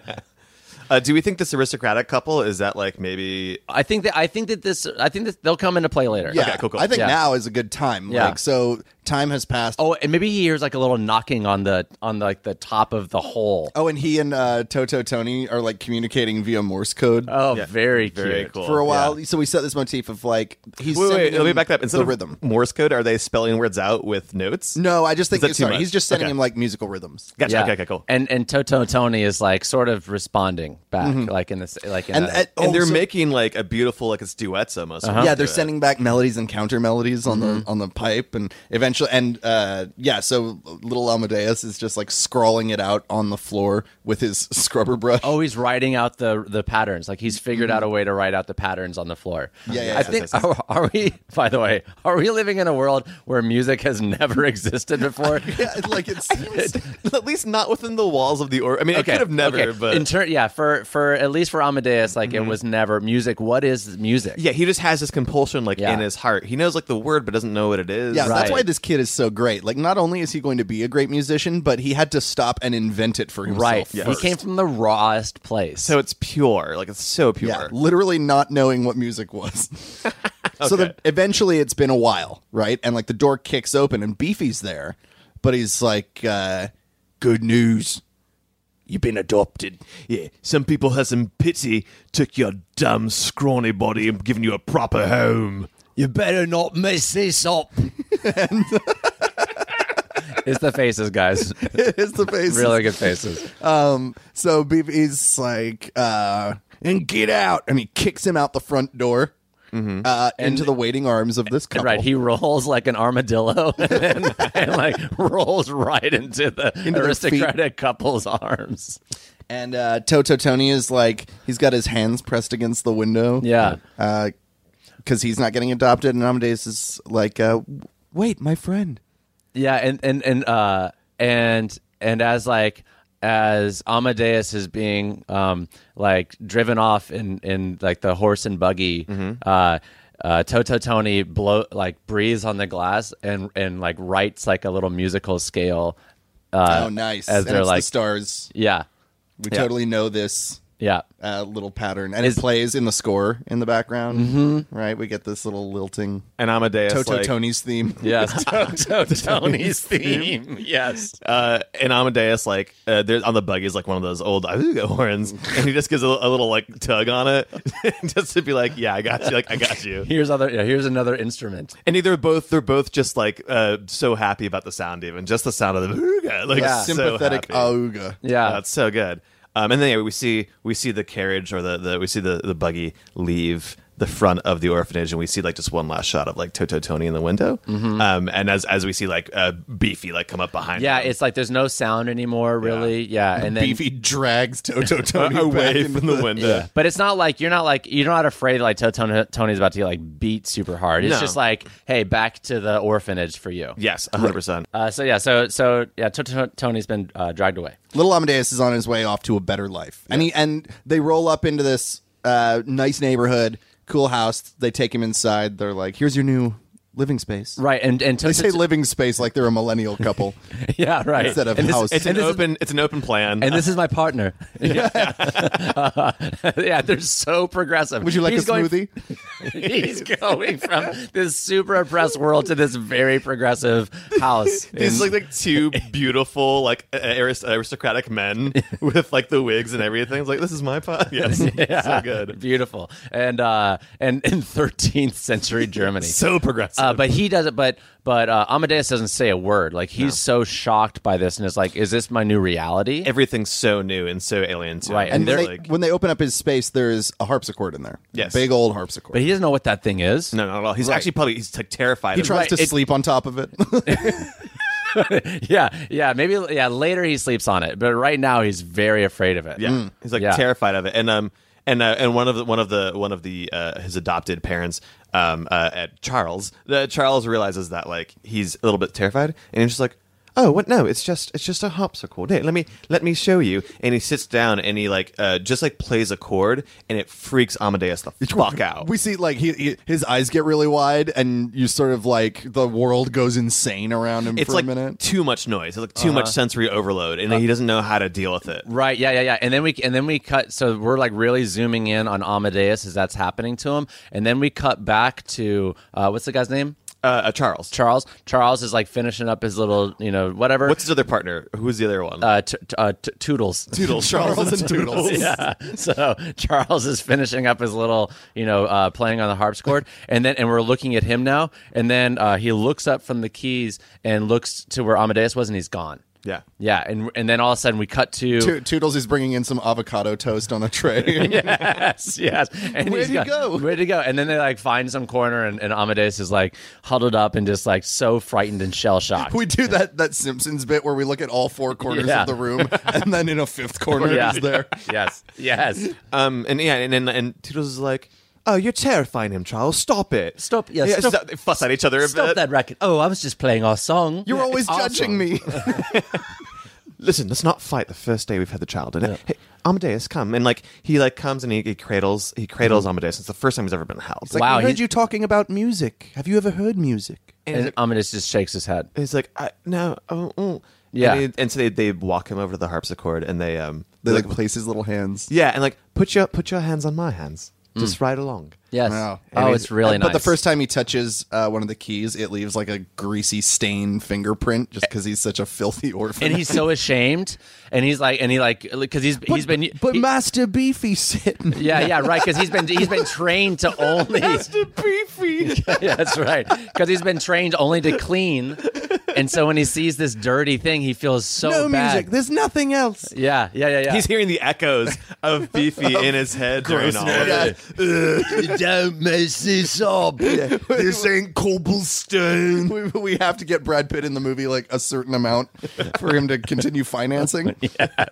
Uh, do we think this aristocratic couple is that like maybe?
I think that I think that this I think that they'll come into play later
yeah
Okay, cool, cool.
i think
Yeah.
now is a good time
Yeah.
like so time has passed
oh and maybe he hears like a little knocking on the on like the top of the hole
Oh, and he and uh, Toto Tony are like communicating via Morse code.
oh
Yeah,
very cute
very cool.
for a
Yeah.
while. So we set this motif of like he's
Wait,
sending
wait, let me
him
back that up. Instead
the
of
rhythm.
Morse code, are they spelling words out with notes?
No, I just think
Is that too
sorry,
much?
he's just sending
Okay.
him like musical rhythms.
Gotcha.
Yeah.
Okay, okay, cool.
And and Toto Tony is like sort of responding back, like in this, like in
And,
a-
at-
and
oh,
they're
so-
making like a beautiful like it's duets almost.
Uh-huh.
yeah, they're sending back melodies and counter melodies on
Mm-hmm.
the on the pipe, and eventually, and uh, yeah, so little Amadeus is just like scrawling it out on the floor with his [LAUGHS] scrubber brush.
oh, he's writing out the the patterns. Like he's figured out a way to write out the patterns on the floor.
Yeah, yeah,
I
yeah.
think are, [LAUGHS] are we? By the way, are we living in a world where music has never [LAUGHS] existed before?
yeah, it's
[LAUGHS]
like it's
[LAUGHS] At least not within the walls of the or. I mean, I could have never,
okay.
but
in turn, yeah, for for at least for Amadeus, like it was never music. What is music?
yeah, he just has this compulsion like
Yeah.
in his heart. He knows like the word, but doesn't know what it
[LAUGHS]
is.
yeah, that's
Right.
why this kid is so great. Like, not only is he going to be a great musician, but he had to stop and invent it for himself.
right.
first.
He came from the rawest place.
So it's pure, like it's so pure.
Yeah, literally not knowing what music was. [LAUGHS] So the, eventually it's been a while, right? And like the door kicks open and Beefy's there, but he's like, uh, good news. You've been adopted. [LAUGHS]
Yeah, some people has some pity, took your dumb scrawny body and given you a proper home.
You better not mess this up.
it's the faces, guys.
it's the face.
really good faces.
So Beefy's like, uh, and get out. And he kicks him out the front door uh, into the waiting arms of this couple.
Mm-hmm. [LAUGHS] Right, he rolls like an armadillo [LAUGHS] and, then- and, like rolls right into the
their
aristocratic couple's arms.
and uh, Toto Tony is like, he's got his hands pressed against the window.
Yeah.
because Uh, he's not getting adopted, and Amadeus is like, uh, "Wait, my friend."
Yeah, and and and uh and and as like as Amadeus is being um like driven off in in like the horse and buggy uh uh, Toto Tony blow like breathes on the glass and and like writes like a little musical scale. Uh,
oh, nice!
As
And
they're
it's the
like,
stars.
yeah,
We
yeah.
totally know this.
[LAUGHS] Yeah.
uh, little pattern, and it plays in the score in the background. Right, we get this little lilting
And Amadeus,
Toto
Mm-hmm. like, [LAUGHS]
Tony's theme.
Yes. Toto Tony's theme. Yes.
uh, and Amadeus, like, uh, there's on the buggy is like one of those old Ahuga horns, and he just gives a, a little like tug on it, [LAUGHS] just to be like, "Yeah, I got you, like, I got you."
Here's other. Yeah, here's another instrument.
And they're both they're both just like uh, so happy about the sound, even just the sound of the [LAUGHS] Ahuga, like
Yeah.
[LAUGHS]
so
Sympathetic
happy.
auga.
Yeah.
That's so good. Um, and then yeah, we see we see the carriage or the, the we see the, the buggy leave the front of the orphanage, and we see like just one last shot of like Toto Tony in the window. Um, and as as we see like uh, Beefy like come up behind,
Mm-hmm. yeah.
him.
It's like there's no sound anymore, really. Yeah. And then.
Beefy drags
[LAUGHS]
[LAUGHS]
Toto Tony back
away
into
from the, window.
But it's not like you're not like you're not afraid like Toto Tony's about to get like beat super hard. It's
No.
just like, hey, back to the orphanage for you.
Yes, hundred percent.
Uh, so yeah, so so yeah, Toto Tony's been uh, dragged away.
Little Amadeus is on his way off to a better life, and he and they roll up into this uh, nice neighborhood, cool house. They take him inside. They're like, "Here's your new living space."
Right, and and
They
Toto,
say living space like they're a millennial couple
yeah, right.
instead of
and this,
house.
It's an open. it's an open plan. [LAUGHS]
and this is my
[LAUGHS]
partner. Yeah, [LAUGHS] yeah, they're so progressive.
Would you like
He's
a
going-
smoothie? [LAUGHS]
He's going from this super oppressed world to this very progressive house.
these
in-
like
[LAUGHS]
like two beautiful like a- arist- aristocratic men with like the wigs and everything. It's like this is my pot. [LAUGHS] Yes, so good,
beautiful, and uh, and in 13th century Germany.
[LAUGHS] so progressive.
Um,
Uh, but he doesn't. But but uh, Amadeus doesn't say a word. Like he's so shocked by this, and is like, "Is this my new reality?"
Everything's so new and so alien to
Right,
him.
and
And
they're
they,
like,
when they open up his space, there's a harpsichord in there.
Yes.
big old harpsichord.
but he doesn't know what that thing is.
no, not at all. He's actually probably he's like terrified.
he
of-
tries
Right,
to
it-
sleep on top of it.
[LAUGHS] Yeah, yeah, maybe. Yeah, later he sleeps on it, but right now he's very afraid of it.
Yeah, Mm. he's like
Yeah.
terrified of it, and um, and uh, and one of the one of the one of the uh, his adopted parents, um, uh, at Charles, the Charles realizes that like he's a little bit terrified, and he's just like, oh, what? No, it's just it's just a harpsichord. Here, let me let me show you. And he sits down and he like uh, just like plays a chord, and it freaks Amadeus the fuck out.
We see like he, he his eyes get really wide, and you sort of like the world goes insane around him
it's
for
like
a minute.
too much noise. It's like too much sensory overload, and he doesn't know how to deal with it.
Right, yeah, yeah, yeah, and then we and then we cut. So we're like really zooming in on Amadeus as that's happening to him, and then we cut back to uh, what's the guy's name?
Uh, uh, Charles.
Charles. Charles is like finishing up his little, you know, whatever.
What's his other partner? Who's the other one?
uh, t- t- uh, t- Toodles?
[LAUGHS] Toodles, Charles and
[LAUGHS]
Toodles.
yeah. So Charles is finishing up his little, you know, uh, playing on the
[LAUGHS]
harpsichord, and then and we're looking at him now, and then uh, he looks up from the keys and looks to where Amadeus was, and he's gone.
yeah.
Yeah, and and then all of a sudden we cut to
To- Toodles is bringing in some avocado toast on a [LAUGHS] tray.
[LAUGHS] yes, yes. And
Where'd
he's
he
got-
go?
Where'd he go? And then they like find some corner, and, and Amadeus is like huddled up and just like so frightened and shell shocked.
we do that that Simpsons bit where we look at all four corners
Yeah.
of the room, and then in a fifth corner
Yeah.
is [LAUGHS] there.
[LAUGHS] yes, yes.
Um, and yeah, and and, and Toodles is like, "Oh, you're terrifying him, Charles. Stop it.
Stop- yeah, stop-
so- they fuss at each other a
Stop
bit.
that racket. Oh, I was just playing our song.
You're always judging [LAUGHS] me.
Listen, let's not fight the first day we've had the child. And hey, Amadeus, come and like he like comes and he, he cradles he cradles
Mm-hmm.
Amadeus. It's the first time he's ever been held.
like, Wow, "We heard he's-
you talking about music. Have you ever heard music?
And Amadeus just shakes his head.
he's like, I, no, oh, oh.
Yeah.
And, he- and so they, they walk him over to the harpsichord and they um
They like place his little hands.
yeah and like put your put your hands on my hands.
Mm.
Just ride along.
Yes.
Wow.
Oh, it's really
but
nice.
the first time he touches uh, one of the keys, it leaves like a greasy stain fingerprint, just because he's such a filthy orphan. [LAUGHS]
and [LAUGHS] he's so ashamed, and he's like, and he like, because he's he's been, he-
Master Beefy sitting.
yeah, yeah, right, because he's been [LAUGHS] he's been trained to only [LAUGHS]
[LAUGHS] Beefy.
yeah, that's right. Because he's been trained only to clean, and so when he sees this dirty thing, he feels so bad.
There's nothing else.
yeah, yeah, yeah, yeah.
He's hearing the echoes
[LAUGHS]
of Beefy in his head during all of
Oh, Yeah. [LAUGHS]
it.
Don't mess this up. this ain't cobblestone.
[LAUGHS] We, we have to get Brad Pitt in the movie like a certain amount [LAUGHS] for him to continue [LAUGHS] financing.
[LAUGHS]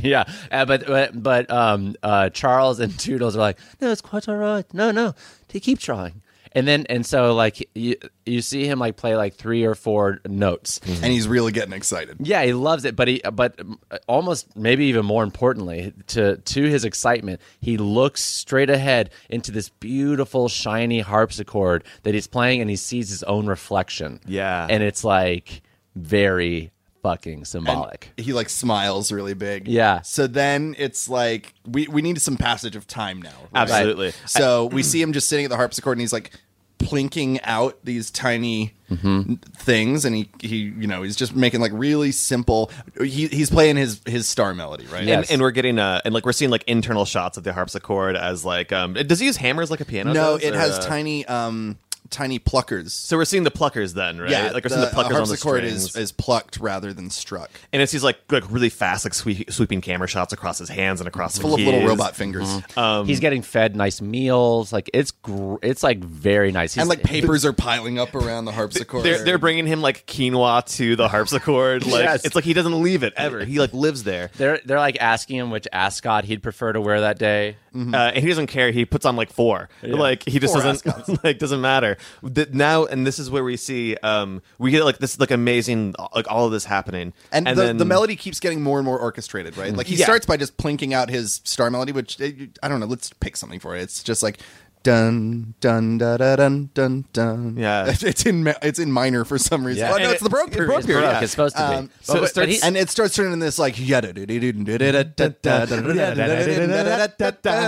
yeah, uh, but but, but um, uh, Charles and Toodles are like,
No, it's quite all right. No, no.
to keep trying, and then and so like you you see him like play like three or four notes.
And he's really getting excited.
Yeah, he loves it, but he but almost maybe even more importantly to to his excitement, he looks straight ahead into this beautiful shiny harpsichord that he's playing, and he sees his own reflection.
Yeah.
and it's like very fucking symbolic.
He like smiles really big.
Yeah.
So then it's like we we need some passage of time now. right?
Absolutely.
So we see him just sitting at the harpsichord and he's like plinking out these tiny
Mm-hmm.
n- things and he he you know he's just making like really simple he, he's playing his his star melody right
Yeah. Yes.
And, and we're getting uh and like we're seeing like internal shots of the harpsichord as like um does he use hammers like a piano?
no
does,
it
or,
has
uh,
tiny um tiny pluckers
So we're seeing the pluckers then, right? like we're seeing the
a
pluckers on the
harpsichord
strings.
is is plucked rather than struck
and it's these like like really fast like sweep, sweeping camera shots across his hands and across
full
the
of little
keys.
robot fingers
Mm-hmm.
um,
He's getting fed nice meals. Like it's gr- it's like very nice. He's,
and like papers are piling up around the harpsichord
Um, They're, they're bringing him like quinoa to the harpsichord. Like
Yes.
it's like he doesn't leave it
[LAUGHS]
ever. He like lives there,
They're they're like asking him which ascot he'd prefer to wear that day.
Mm-hmm.
uh, and he doesn't care. He puts on like four. Like he just
Four
doesn't [LAUGHS] like doesn't matter. Th- now and this is where we see um we get like this like amazing like all of this happening
and, the,
then-
the melody keeps getting more and more orchestrated, right? Like he
Yeah.
starts by just plinking out his star melody, which eh, I don't know. Let's pick something for it. It's just like dun dun da da dun dun dun.
Yeah.
[LAUGHS] it's in ma- it's in minor for some reason.
Yeah.
Oh no,
And
it's
it-
the broke
it's
period.
broke
It's Baroque.
yeah.
It's supposed to be.
Um,
But-
so it
but
starts-
he's-
and it starts turning this like [LAUGHS]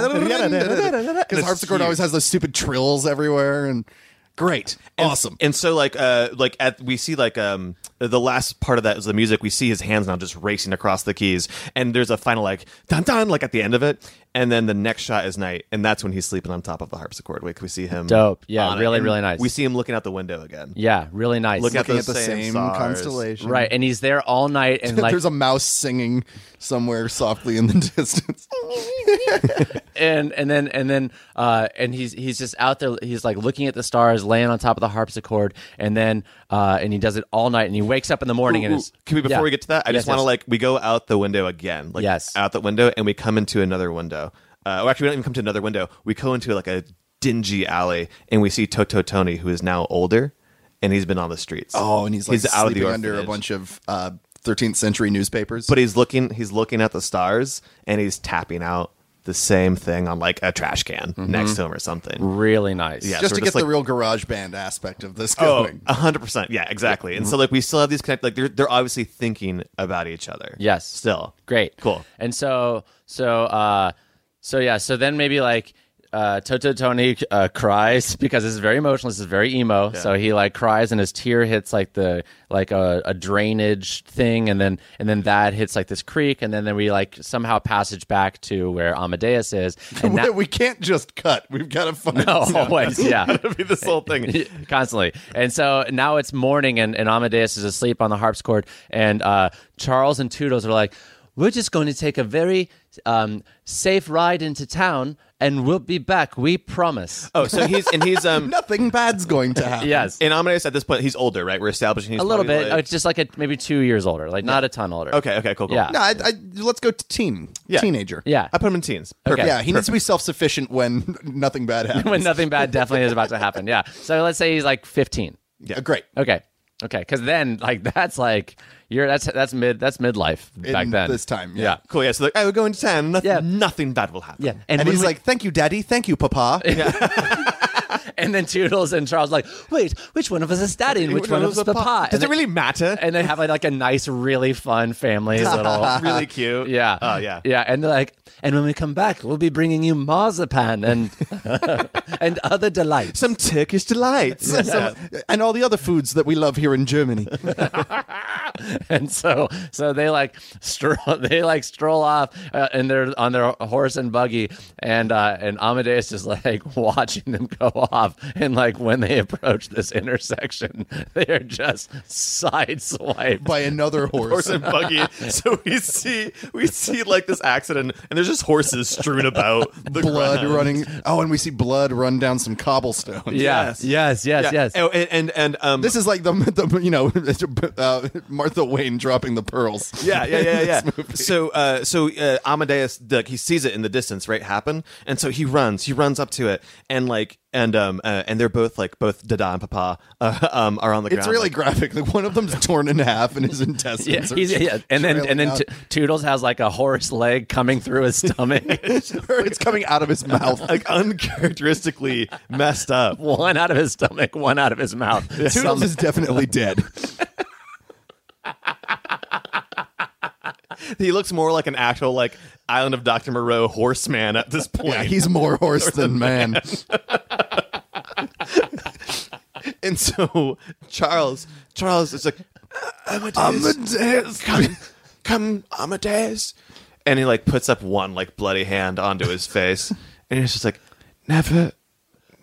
because harpsichord always has those stupid trills everywhere and great awesome
And so like uh like at we see like um the last part of that is the music. We see his hands now just racing across the keys, and there's a final like dun dun like at the end of it, and then the next shot is night, and that's when he's sleeping on top of the harpsichord. We we see him
Dope. Yeah,
on it,
really,
and
really nice.
We see him looking out the window again.
yeah, really nice.
Look at
looking at the
those same
same
stars.
constellation
right, and he's there all night
[LAUGHS]
and like
there's a mouse singing somewhere softly in the [LAUGHS] distance.
and and then and then uh and he's he's just out there he's like looking at the stars laying on top of the harpsichord and then uh and he does it all night and he wakes up in the morning
Ooh,
and it's
ooh, Can we before
yeah.
we get to that? I
Yes,
just want to
yes.
like we go out the window again, like
Yes.
out the window, and we come into another window. Uh, or actually, we don't even come to another window. We go into like a dingy alley, and we see Toto Tony, who is now older, and he's been on the streets.
Oh, and he's like
out of
sleeping
the
under a
orphanage.
bunch of uh, 13th century newspapers.
But he's looking, he's looking at the stars, and he's tapping out the same thing on like a trash can
Mm-hmm.
next to him or something.
really nice
Yeah.
just
so
to
we're
get
just
the
like-
real garage band aspect of this
Oh, [LAUGHS]
going.
a hundred percent. Yeah, exactly.
Mm-hmm.
And so like we still have these connect. Like they're they're obviously thinking about each other.
Yes.
Still [LAUGHS]
great
Cool.
and so so uh so yeah so then maybe like uh toto tony uh cries [LAUGHS] because this is very emotional this is very emo so he like cries and his tear hits like the like a, a drainage thing and then and then that hits like this creek and then then we like somehow passage back to where amadeus is and that
we can't just cut. We've got to find.
Oh, [LAUGHS] always, yeah.
That'd be this
[LAUGHS]
whole thing.
Constantly. And so now it's morning, and, and Amadeus is asleep on the harpsichord, and uh, Charles and Toodles are like, We're just going to take a very um, safe ride into town, and we'll be back, we promise.
Oh, so he's and
[LAUGHS]
he's um
Nothing bad's going to
[LAUGHS]
happen.
yes.
And Amadeus at this point, he's older, right? We're establishing he's
a little
probably,
bit.
like-
It's just like a, maybe two years older, like not a ton older.
okay, okay, cool, cool.
Yeah.
No, I, I, let's go to teen.
Yeah.
Teenager. [LAUGHS]
Yeah.
I put him in teens.
Okay.
Perfect.
Yeah, he needs to be self sufficient when [LAUGHS] nothing bad happens.
when nothing
[LAUGHS]
bad definitely is about to happen. Yeah. So let's say he's like 15.
Uh, great.
Okay. Okay, because then like [LAUGHS] that's like you're that's that's mid that's midlife back
In
then.
this time, yeah.
Cool. Yeah. So like, I would go into town. Nothing,
Yeah.
nothing bad will happen.
yeah,
And,
when
he's
we-
like, "Thank you, Daddy. Thank you, Papa."
And then Toodles and Charles are like, wait, which one of us is daddy and which one of us is papa? And
Does it
they- [LAUGHS]
really matter?
And they have like, like a nice, really fun family
[LAUGHS]
little.
really
[LAUGHS]
cute.
Yeah.
Oh yeah.
Yeah. And they're like, and when we come back, we'll be bringing you marzipan and [LAUGHS] and other delights.
Some Turkish delights.
Some- and all the other foods that we love here in Germany.
And so, so they like stroll, [LAUGHS] they like stroll off, uh, and they're on their horse and buggy, and uh, and Amadeus is like [LAUGHS] watching them go off, and like when they approach this intersection, [LAUGHS] they are just sideswiped
By another horse.
Horse
[LAUGHS]
and buggy. So we see we see like this accident, and there's just horses strewn about the
blood
ground.
running. Oh, and we see blood run down some cobblestones.
Yeah.
Yes.
Yes. Yes.
Yeah.
Yes.
Oh, and and, and um,
This is like the, the you know [LAUGHS] uh, Martha Wayne dropping the pearls.
[LAUGHS] yeah, yeah,
[LAUGHS]
yeah, yeah. So, uh, so uh, Amadeus, like, he sees it in the distance, right, happen, and so he runs. He runs up to it, and like, and um, uh, and they're both like, both Dada and Papa, uh, [LAUGHS] um, are on the ground.
It's really
like,
graphic. Like one of them's torn in half and his intestines.
Yeah,
are
he's- yeah, and then
trailing
and then
out.
t- Toodles has like a horse leg coming through his stomach,
[LAUGHS]
[LAUGHS]
it's coming out [LAUGHS] of his mouth.
like uncharacteristically messed up.
one out of his stomach, one out of his mouth.
Toodles
Some-
is definitely dead.
he looks more like an actual like Island of Doctor Moreau horseman at this point.
Yeah, he's more horse than man.
and so Charles, Charles is like, Amadeus, Amadeus, come, come, Amadeus, and he like puts up one like bloody hand onto his face, and he's just like, never,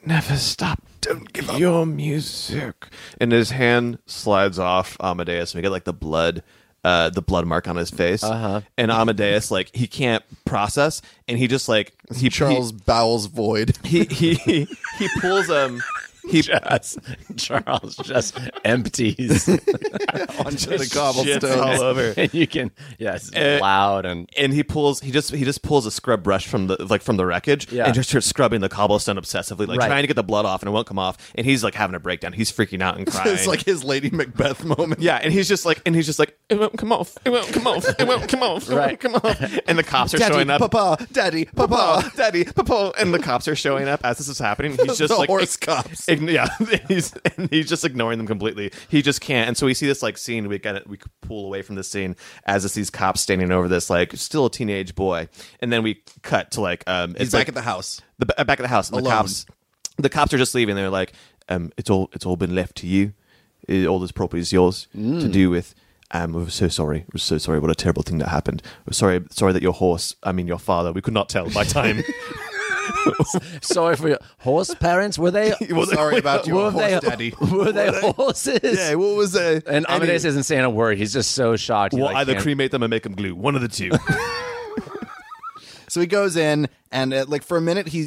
never stop. Don't give up your music. And his hand slides off Amadeus, and we get like the blood, uh, the blood mark on his face. Uh-huh. And Amadeus, like he can't process, and he just like he
Charles bowels void.
he he he, he pulls um [LAUGHS]
[LAUGHS]
he
Yes. Charles just [LAUGHS] empties,
onto the
shits all
cobblestones.
over.
and you can yes,
Eh,
loud and
and he pulls he just he just pulls a scrub brush from the like from the wreckage
Yeah.
and just starts scrubbing the cobblestone obsessively like
Right.
trying to get the blood off and it won't come off and he's like having a breakdown he's freaking out and
[LAUGHS]
crying
It's like his Lady Macbeth moment.
yeah and he's just like and he's just like it won't come off it won't come off it won't come off it
Right.
won't
[LAUGHS]
come off and the cops are
Daddy,
showing up
papa, daddy, papa.
Papa, daddy, papa, and the cops are showing up as this is happening. He's
[LAUGHS]
just
the
like
horse
[LAUGHS]
cops.
Ign- yeah, he's and he's just ignoring them completely. He just can't. And so we see this like scene. We kind of we pull away from this scene as it's these cops standing over this like still a teenage boy, and then we cut to like um
He's
it's
back
like,
at the house.
the ba- back of the house. And the
Alone.
cops, the cops are just leaving. They're like, um, it's all it's all been left to you. It- all this property is yours
Mm.
to do with. Um, we're so sorry. We're so sorry. What a terrible thing that happened. We're sorry. Sorry that your horse. I mean, your father. We could not tell
[LAUGHS]
by time.
sorry for your horse parents. Were they
Sorry about
were
your horse,
they
[LAUGHS]
daddy.
[LAUGHS] were they horses?
Hey, what was that?
And Amadeus isn't saying a word. He's just so shocked. He,
We'll
like,
either
can't-
cremate them or make them glue. One of the two.
So he goes in, and uh, like for a minute, he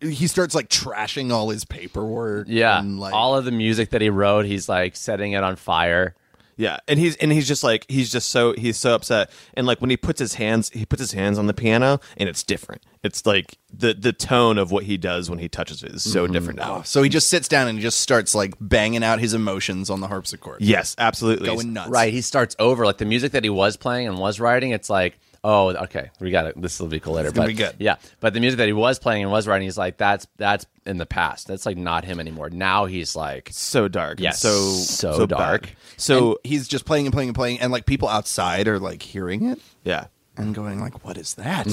he he starts like trashing all his paperwork.
Yeah,
and, like,
all of the music that he wrote, he's like setting it on fire.
Yeah, and he's and he's just like he's just so he's so upset, and like when he puts his hands he puts his hands on the piano, and it's different. It's like the the tone of what he does when he touches it is so
Mm-hmm.
different now.
Oh, So he just sits down and he just starts like banging out his emotions on the harpsichord.
Yes, absolutely.
going nuts.
Right, he starts over like the music that he was playing and was writing. It's like, oh, okay, we got it. This will be cool later. but
gonna be good.
yeah, but the music that he was playing and was writing, he's like, that's that's in the past. That's like not him anymore. Now he's like,
so dark.
Yes,
so
so
so
dark.
bad. So
He's just playing and playing and playing, and like people outside are like hearing it
yeah,
and going like, "What is that?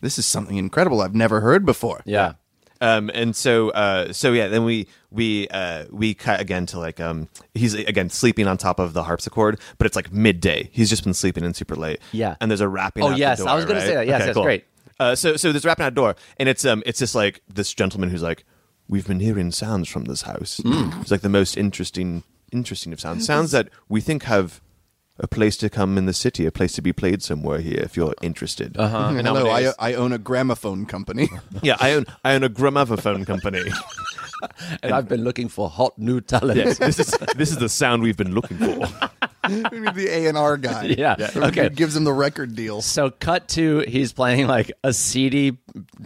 This is something incredible I've never heard before."
yeah,
um, and so uh, so yeah. Then we we uh, we cut again to like um, he's again sleeping on top of the harpsichord, but it's like midday. He's just been sleeping in super late.
Yeah.
and there's a rapping.
Oh,
at the
yes, I
door,
was gonna
right?
say that. Yes,
Okay,
that's
cool.
great.
Uh, so so there's rapping at the door, and it's um it's just like this gentleman who's like, we've been hearing sounds from this house.
Mm.
It's like the most interesting interesting of sounds, sounds that we think have. A place to come in the city, a place to be played somewhere here if you're interested.
[LAUGHS]
Uh-huh.
Hello, I, I own a gramophone company. [LAUGHS]
Yeah, I own I own a
[LAUGHS]
gramophone company.
and I've been looking for hot new talent.
[LAUGHS] Yes, this is this is the sound we've been looking for.
We need the A and R guy.
Yeah, okay.
Who gives him the record deal.
[LAUGHS] So cut to he's playing like a seedy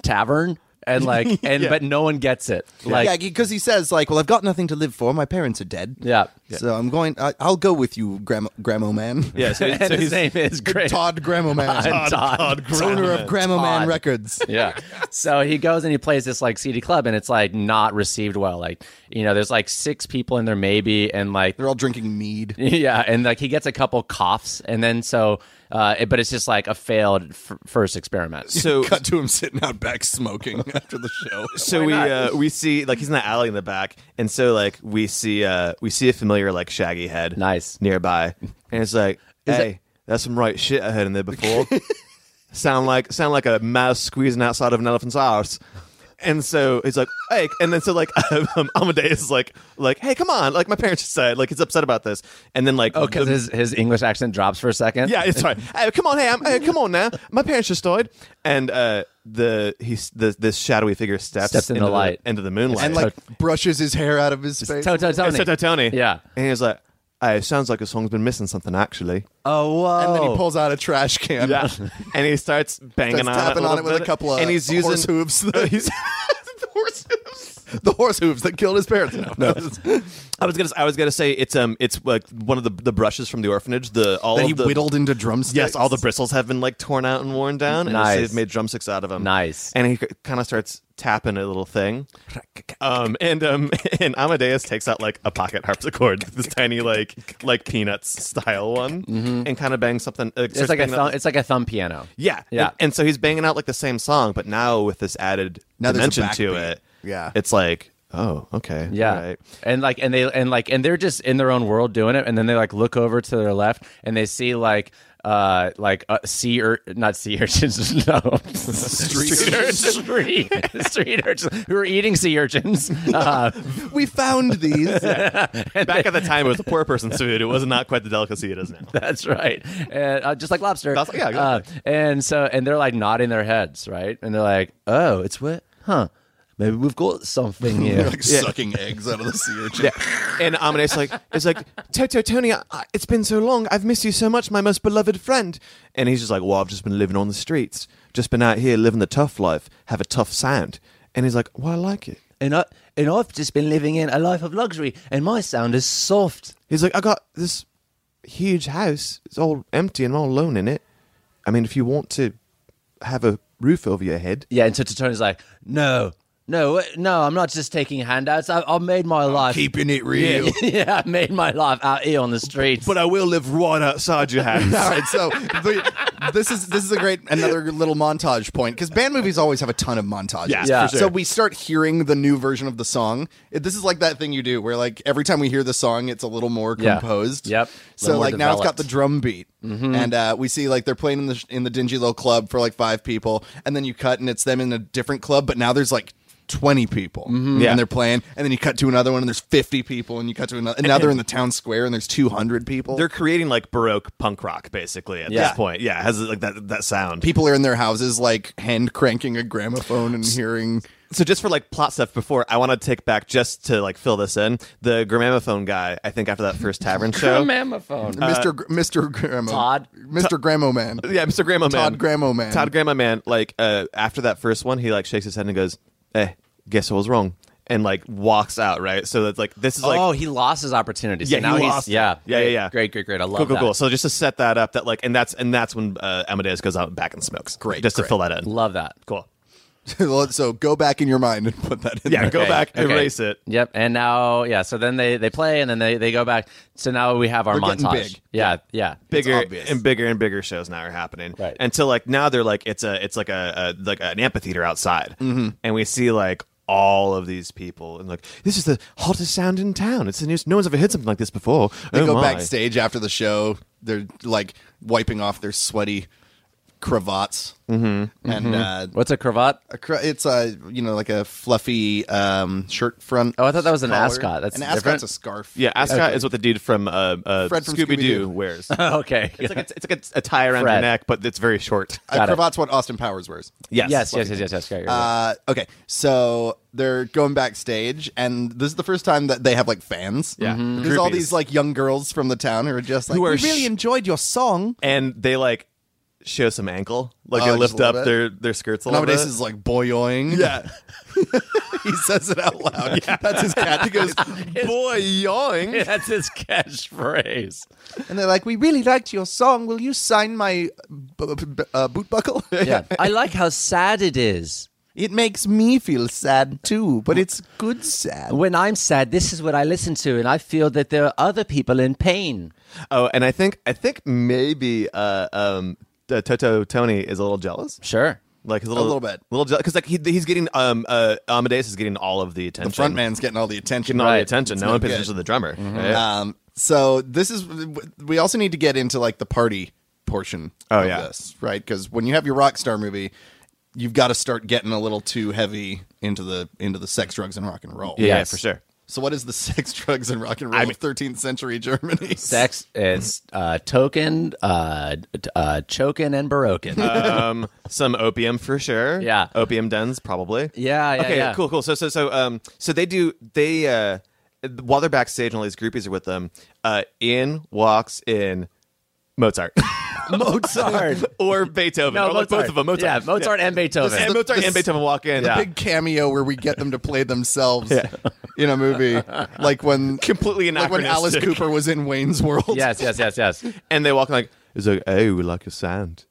tavern and
[LAUGHS]
like and but no one gets it. Like
yeah, because he says like, "Well, I've got nothing to live for. My parents are dead."
Yeah.
So I'm going. I, I'll go with you, Gramo, Gramo Man.
[LAUGHS]
Yeah,
[LAUGHS]
so,
and
so
his
he's
name is great.
Todd Gramo Man,
Todd.
owner of Gramo Man
Todd.
Records.
[LAUGHS] yeah. So he goes and he plays this like CD club and it's like not received well. Like, you know, there's like six people in there maybe and like
They're all drinking mead.
[LAUGHS] yeah, and like he gets a couple coughs and then so uh it, but it's just like a failed f- first experiment.
[LAUGHS] [LAUGHS] so
Cut to him sitting out back smoking [LAUGHS] after the show.
so we uh, we see like he's in the alley in the back, and so like we see uh we see a familiar like shaggy head
Nice.
nearby, and it's [LAUGHS] like hey, that's some right shit I heard in there [LAUGHS] before. sound like sound like a mouse squeezing outside of an elephant's arse. And so he's like, hey, and then so like [LAUGHS] um, Amadeus is like, like, hey, come on, like my parents just said, like he's upset about this, and then like,
Oh, because his, his English accent drops for a second.
Yeah,
[LAUGHS]
it's right. Hey, come on, hey, I'm, hey, come on now. My parents just died, and uh, the he's the this shadowy figure steps,
Steps in the
into
light.
into the moonlight,
and like brushes his hair out of his face.
Toto Tony.
It's Toto Tony.
Yeah.
and he's like, "Hey, it sounds like a song's been missing something actually."
Oh, whoa.
and then he pulls out a trash can.
Yeah, and he starts banging
Um, Starts
on
tapping
it,
on it
little
with a
bit,
couple of
and he's using
horse hooves.
[LAUGHS]
[LAUGHS]
he's- the horse hooves.
[LAUGHS] The horse hooves that killed his parents. No, [LAUGHS] no.
I was gonna, I was gonna say it's um, it's like one of the the brushes from the orphanage. The all
that
of
he
the,
whittled into drumsticks.
Yes, all the bristles have been like torn out and worn down, and
Nice.
they've made drumsticks out of them.
Nice.
And he kind of starts tap in a little thing. Um, and um, [LAUGHS] and Amadeus takes out like a pocket harpsichord, this tiny like like peanuts style one, and kind of bangs something. Uh,
Mm-hmm. It's like a thumb, it's like a thumb piano.
yeah,
Yeah.
And, and so he's banging out like the same song, but now with this added
Now there's a
dimension to
backbeat.
it.
Yeah.
it's like oh okay,
Yeah.
all right.
And like and they and like and they're just in their own world doing it and then they like look over to their left and they see like uh like uh, sea ur- not sea urchins [LAUGHS] no
[LAUGHS]
street, urchins street, [LAUGHS] street urchins who are eating sea
[LAUGHS]
urchins uh,
[LAUGHS] We found these.
Back at the time, it was a
[LAUGHS]
poor person's food. It was not quite the delicacy it is now.
That's right, and uh, just like lobster.
That's- yeah, exactly.
Uh, and so, and they're like nodding their heads, right? And they're like, "Oh, it's wet, huh? Maybe we've got something [LAUGHS] here."
like sucking eggs out of the sea urchin.
Yeah. And Amadeus like is like Toto Tony, I, I- it's been so long. I've missed you so much, my most beloved friend. And he's just like, well, I've just been living on the streets, just been out here living the tough life, have a tough sound. And he's like, well, I like it.
And I and I've just been living in a life of luxury, and my sound is soft.
He's like, I got this huge house. It's all empty and I'm all alone in it. I mean, if you want to have a roof over your head,
yeah, and so Tony's like, "No, no, wait, no, I'm not just taking handouts. I, I made
Oh,
my life.
[LAUGHS]
Keeping it real.
yeah, I made my life out here on the
[LAUGHS]
streets."
But I will live right outside your
[LAUGHS]
house.
All right, so the, this is this is a great another little montage point because band movies always have a ton of montages.
Yeah,
Yeah. for sure.
So we start hearing the new version of the song. It- This is like that thing you do where like every time we hear the song, it's a little more
Yeah.
composed.
Yep.
So
Little more
like now it's got
developed. Mm-hmm.
the drum beat, and uh, we see like they're playing in the sh- in the dingy little club for like five people, and then you cut and it's them in a different club, but now there's like. 20 people
Mm-hmm.
Yeah.
and they're playing and then you cut to another one and there's 50 people and you cut to another and now they're in the town square and there's 200 people
they're creating like Baroque punk rock basically at
Yeah.
this point. Yeah, it has like that, that sound.
people are in their houses like hand cranking a gramophone and hearing
So just for like plot stuff before, I want to take back just to like fill this in. The gramophone guy, I think after that first tavern show,
Mammophone.
uh,
Mr. Gr- Mr. Gramo.
Todd.
Mr. Gramo
[LAUGHS]
Man.
[LAUGHS] yeah, Mr. Grandma Man,
Todd Gramo Man.
Todd Grandma Man. Like uh, after that first one, he like shakes his head and goes, "Eh, guess I was wrong," and like walks out. Right, so that's like this is like
oh, he lost his opportunity. So
Yeah, he
now he's
lost it.
yeah,
Yeah, yeah,
great,
yeah.
Great, great, great. I love
cool, cool,
that.
cool. So just to set that up, that like, and that's and that's when uh, Amadeus goes out back and smokes. Great, just to fill that in.
Love that.
Cool.
so go back in your mind and put that in
Yeah,
there.
go back,
Okay.
erase it.
Yep. And now, yeah. So then they they play, and then they they go back. So now we have our
They're getting
montage.
big.
Yeah, yeah.
bigger
obvious.
and bigger and bigger shows now are happening
Right.
until like now they're like it's a it's like a, a like an amphitheater outside
Mm-hmm.
and we see like all of these people and like this is the hottest sound in town it's the news no one's ever heard something like this before
They
Oh
go
my.
backstage after the show. They're like wiping off their sweaty cravats. Mm-hmm. And Uh,
What's a cravat?
a cra- it's a, you know, like a fluffy um, shirt front.
Oh, I thought that was an
collar.
ascot. That's
an
different?
ascot's a scarf.
yeah ascot is what the dude from uh, uh
Fred from
scooby-doo,
Scooby-Doo. [LAUGHS]
[LAUGHS]
wears
Okay.
it's like a, it's like a, a tie around
Fred.
your neck but it's very short
A
Got it.
cravat's what Austin Powers wears.
yes
yes, yes, yes, yes, yes. Great, great, great.
Uh, okay, so they're going backstage, and this is the first time that they have like fans. Mm-hmm.
Yeah. Mhm.
there's all
Groupies.
these like young girls from the town who are just like,
Who are
"We really
sh-
enjoyed your song."
and they like show some ankle like
Oh,
they
just a
lift
little
up
bit.
their their skirts a little
Nowadays
bit
is like boyoing.
yeah
[LAUGHS] he says it out loud. That's his cat. He goes,
boy yawing
[LAUGHS] That's his catchphrase.
and they're like, "We really liked your song. Will you sign my b- b- uh, boot buckle?"
Yeah.
I like how sad it is.
[LAUGHS] it makes me feel sad too, but it's good sad.
When I'm sad, this is what I listen to, and I feel that there are other people in pain.
Oh, and I think I think maybe uh, um, uh, Toto Tony is a little jealous.
Sure.
Like he's a little,
little bit.
little jealous because like he, he's getting um uh, Amadeus is getting all of the attention.
The front man's getting all the attention.
getting all the
Right. Mm-hmm.
attention. No
not
one pays
good.
attention to the drummer. right?
Um, so this is we also need to get into like the party portion.
Oh,
of
yeah.
this, right? Because when you have your rock star movie, you've got to start getting a little too heavy into the into the sex, drugs, and rock and roll.
yeah,
yes.
for sure.
So what is the [LAUGHS] sex, drugs, and rock and roll of 13th century
[LAUGHS]
Germany?
Sex. It's uh, token, uh, t- uh, choking, and baroken.
Um, some opium for sure.
Yeah.
opium dens probably.
yeah. Yeah.
okay,
yeah.
cool, cool. So, so, so, um, so they do. They uh, while they're backstage and all these groupies are with them, uh, in walks in Mozart
[LAUGHS]
Mozart.
[LAUGHS] or Beethoven.
[LAUGHS] No,
or oh, like
Mozart.
both of them. Mozart.
Yeah, Mozart and Beethoven.
And Mozart and Beethoven walk in. Yeah.
Big cameo where we get them to play
[LAUGHS]
themselves in a movie, like when
completely
like when
anachronistic.
Alice Cooper was in Wayne's World.
[LAUGHS] yes. Yes. Yes. Yes.
and they walk in like, it's like, oh, we like your sound.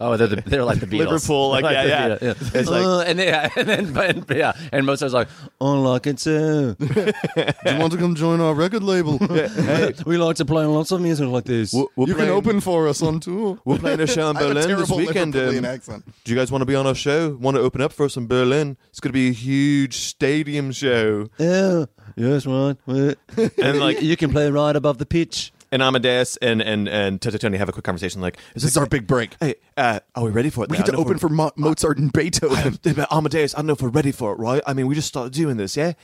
Oh, they're, the, they're [LAUGHS] like the Beatles.
Liverpool, like, yeah,
the
yeah.
Beatles, It's like, "Uh," and, yeah, [LAUGHS] and then, but, yeah, and Mozart's like, all I can say,
Do you want to come join our record
[LAUGHS]
label?
[LAUGHS] We like to play lots of music like this.
you can open for us on tour.
We're playing a show
[LAUGHS]
in
I have a
Berlin this
terrible
weekend.
Liverpoolian
um,
accent.
Do you guys want to be on our show? Want to open up for us in Berlin? It's going to be a huge stadium show.
Yeah, yes, right. right.
[LAUGHS] And [LAUGHS] like,
you can play right above the pitch.
and Amadeus and and and Toto Tony have a quick conversation. Like, is
This is our big break.
Hey, uh, are we ready for [LAUGHS] it?
We
now?
get to
I don't know
open
if
for Mo- Mozart and Beethoven.
we're- Yeah, but Amadeus. I don't know if we're ready for it, right? I mean, we just started doing this, yeah.
[LAUGHS]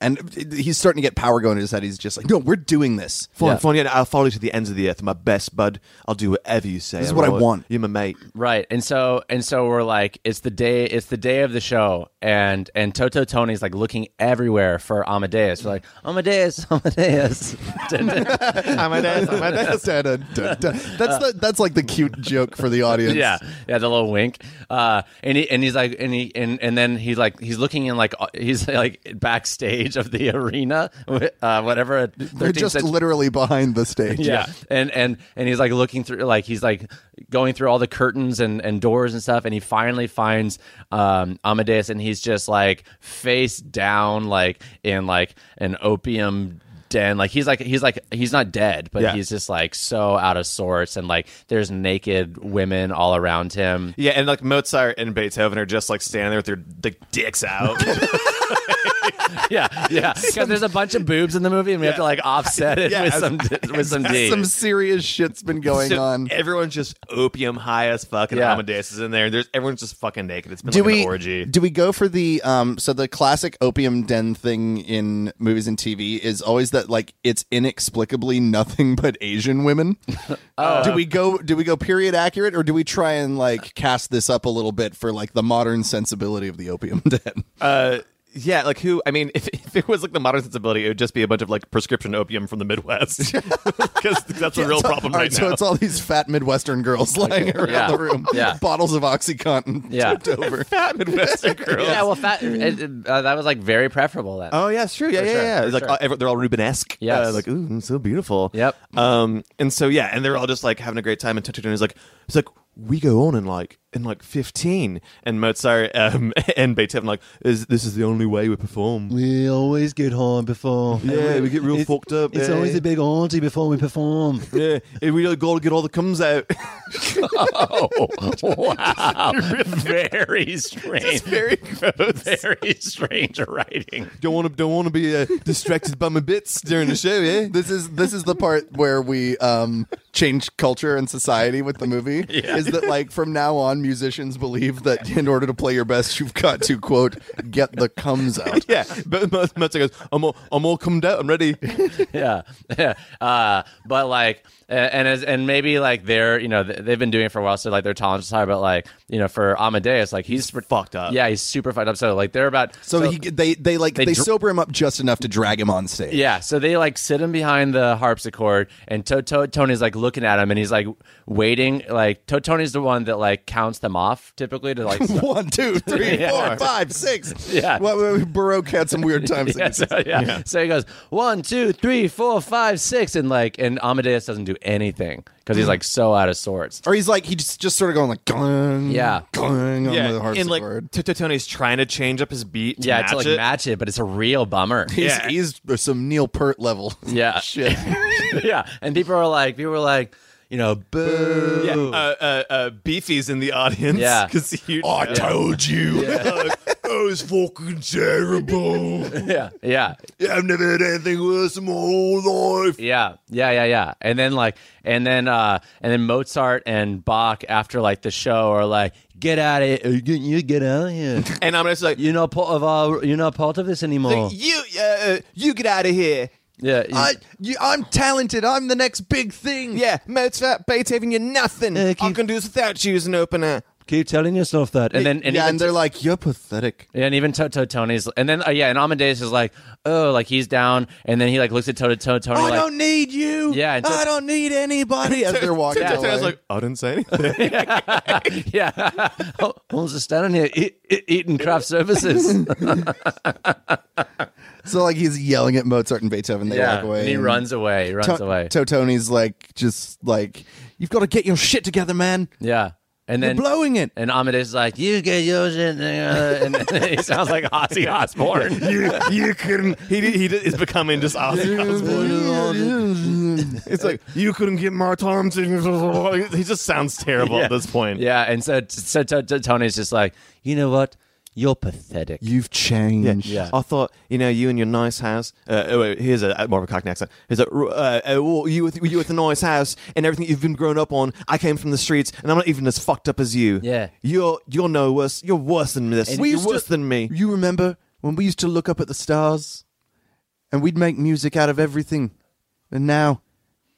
And he's starting to get power going in his head. He's just like, no, we're doing this. [LAUGHS]
Fine,
Yeah.
fine. Yeah, I'll follow you to the ends of the earth, my best bud. I'll do whatever you say.
is what I
alright?
want.
You're my mate.
right? And so, and so we're like, it's the day, it's the day of the show, and and Toto Tony's like looking everywhere for Amadeus. We're like, Amadeus, [LAUGHS] Amadeus.
[LAUGHS] Amadeus,
[LAUGHS]
Amadeus.
Dun, dun, dun, dun. That's the, that's like the cute joke for the audience.
Yeah, yeah, the little wink. Uh, and he and he's like, and he and and then he's like, he's looking in like uh, he's like backstage of the [LAUGHS] arena, uh, whatever.
They're
13th
just
century-
literally behind the stage.
yeah. and and and he's like looking through like he's like going through all the curtains and and doors and stuff and he finally finds um amadeus and he's just like face down like in like an opium den like he's like he's like he's not dead but
Yeah.
he's just like so out of sorts and like there's naked women all around
[LAUGHS]
him
Yeah, and like Mozart and Beethoven are just like standing there with their like, dicks [LAUGHS] out.
yeah [LAUGHS] yeah because there's a bunch of boobs in the movie and we have to like offset it
Yeah,
with
as-
some with some d
[LAUGHS] Some serious shit's been going
So
on.
Everyone's just opium high as fuck, and
Yeah.
Amadeus is in there. There's everyone's just fucking naked. It's been
do
like
we
an orgy.
do we go for the um so the classic opium den thing in movies and TV is always that like it's inexplicably nothing but Asian women.
[LAUGHS] Uh,
do we go do we go period accurate or do we try and like cast this up a little bit for like the modern sensibility of the opium [LAUGHS] den?
uh, yeah, like who? I mean, [LAUGHS] if, if it was like the modern sensibility, it would just be a bunch of like prescription opium from the Midwest, [LAUGHS] because that's
[LAUGHS]
a real
So-
problem
all
right
So
now.
it's all these fat Midwestern
[LAUGHS]
girls lying around
Yeah.
the room,
Yeah.
bottles of OxyContin
Yeah.
tipped over.
[LAUGHS] Fat
[LAUGHS]
Midwestern girls.
yeah well fat, it, it- uh, that was like very preferable that
Oh yeah, it's true. Yeah, yeah,
sure,
yeah.
for
It's like
sure.
uh, every- they're all Rubenesque.
Yes.
Uh, like ooh, so beautiful.
Yep.
Um, and so yeah, and they're all just like having a great time. And Totino is like, it's like we go on in like in like fifteen, and Mozart um, [LAUGHS] and Beethoven like, is this is the only way we perform.
We always get high before.
Yeah, we get real
It's-
fucked up. eh?
It's
yeah.
always a big auntie before we perform.
[LAUGHS] yeah, and we got to get all the comes out. [LAUGHS]
[LAUGHS] wow. [LAUGHS] Very strange. Very Very strange writing.
don't want to don't want to be uh, distracted by my bits during the show. Yeah,
This is this is the part where we um, change culture and society with the
[LAUGHS]
movie. Is that like from now on, musicians believe that in order to play your best, you've got to quote get the comes out.
[LAUGHS] yeah. But Mo- Mozart goes, I'm all I'm all comed out. I'm ready.
[LAUGHS] Yeah. yeah. Uh, but like, a- and as, and maybe like they're, you know, th- they've been doing it for a while. So like their tolerance is high, but like, you know, for Amadeus, like he's, super-
fucked up.
Yeah. He's super fucked up. So like they're about,
[LAUGHS] So, he, they they like they,
They dr-
sober him up just enough to drag him on stage.
Yeah, so they like sit him behind the harpsichord, and to- to- Tony's like looking at him, and he's like waiting. Like to- Tony's the one that like counts them off typically to
[LAUGHS]
like. stop-
One, two, three,
Yeah.
four, five, six.
Yeah.
Well, well, Baroque had some weird times.
[LAUGHS]
in
[LAUGHS]
yeah,
his-
so, yeah. So he goes one, two, three, four, five, six, and like, and Amadeus doesn't do anything because
Mm.
he's like so out of sorts.
Or he's like he just just sort of going like gong,
Yeah.
gong on the
and like
harpsichord.
Toto Tony's trying to change up his beat. To
Yeah,
match
to like
it.
match it, but it's a real bummer.
[LAUGHS] yeah.
he's, he's some Neil Pert level. [LAUGHS]
Yeah.
shit.
[LAUGHS] yeah, and people are like, people are like, you know, boo.
Yeah, uh, uh, uh, Beefy's in the audience.
Yeah.
[LAUGHS] because he.
Oh,
I told you.
[LAUGHS]
That was fucking terrible.
yeah, yeah.
Yeah, I've never had anything worse in my whole life.
Yeah, yeah, yeah, yeah. And then like, and then uh, and then Mozart and Bach after like the show are like, get out of here, you, you get out of
[LAUGHS]
here.
and I'm just like,
You're not part of our. You're not part of this anymore.
you, uh, you get out of here.
yeah,
I, you, I'm talented. I'm the next big thing.
Yeah, Mozart, Beethoven, you're nothing.
Uh, keep-
I can do this without you as an opener.
Keep telling yourself that.
and then and
yeah,
even
and they're like, "You're pathetic."
and even Toto Tony's, and then uh, yeah, and Amadeus is like, oh, like he's down, and then he like looks at Toto Tony,
Oh, I
like,
don't need you.
Yeah, and
I
just-
don't
[LAUGHS]
need anybody. As
[LAUGHS]
they're walking
I
away,
was like, I didn't say anything.
yeah, [LAUGHS] oh, I'm just standing here eat, eat, eating craft services.
[LAUGHS]
so like he's yelling at Mozart and Beethoven. They
yeah,
walk away.
and he
and
runs away, he runs
To-
away.
Totoni's like, just like, "You've got to get your shit together, man."
yeah, And then
blowing it.
And Amadeus is like, "You get yours," in there," and then [LAUGHS] he sounds like Ozzy Osbourne.
[LAUGHS] you, [LAUGHS] you couldn't. [LAUGHS] He did- he did- is becoming [LAUGHS] just Ozzy Osbourne. it's like you couldn't get my arms. [LAUGHS] He just sounds terrible
Yeah.
at this point.
Yeah, and so so, so, so Tony's just like, you know what? You're pathetic.
You've changed.
Yeah.
I thought, you know, you and your nice house. Uh, oh, wait, here's a more of a Cockney accent. Here's a uh, uh, well, you with you with a nice house and everything you've been grown up on. I came from the streets, and I'm not even as fucked up as you.
Yeah.
you're you're no worse. You're worse than this.
We
you're
used
worse
to-
than me.
You remember when we used to look up at the stars and we'd make music out of everything, and now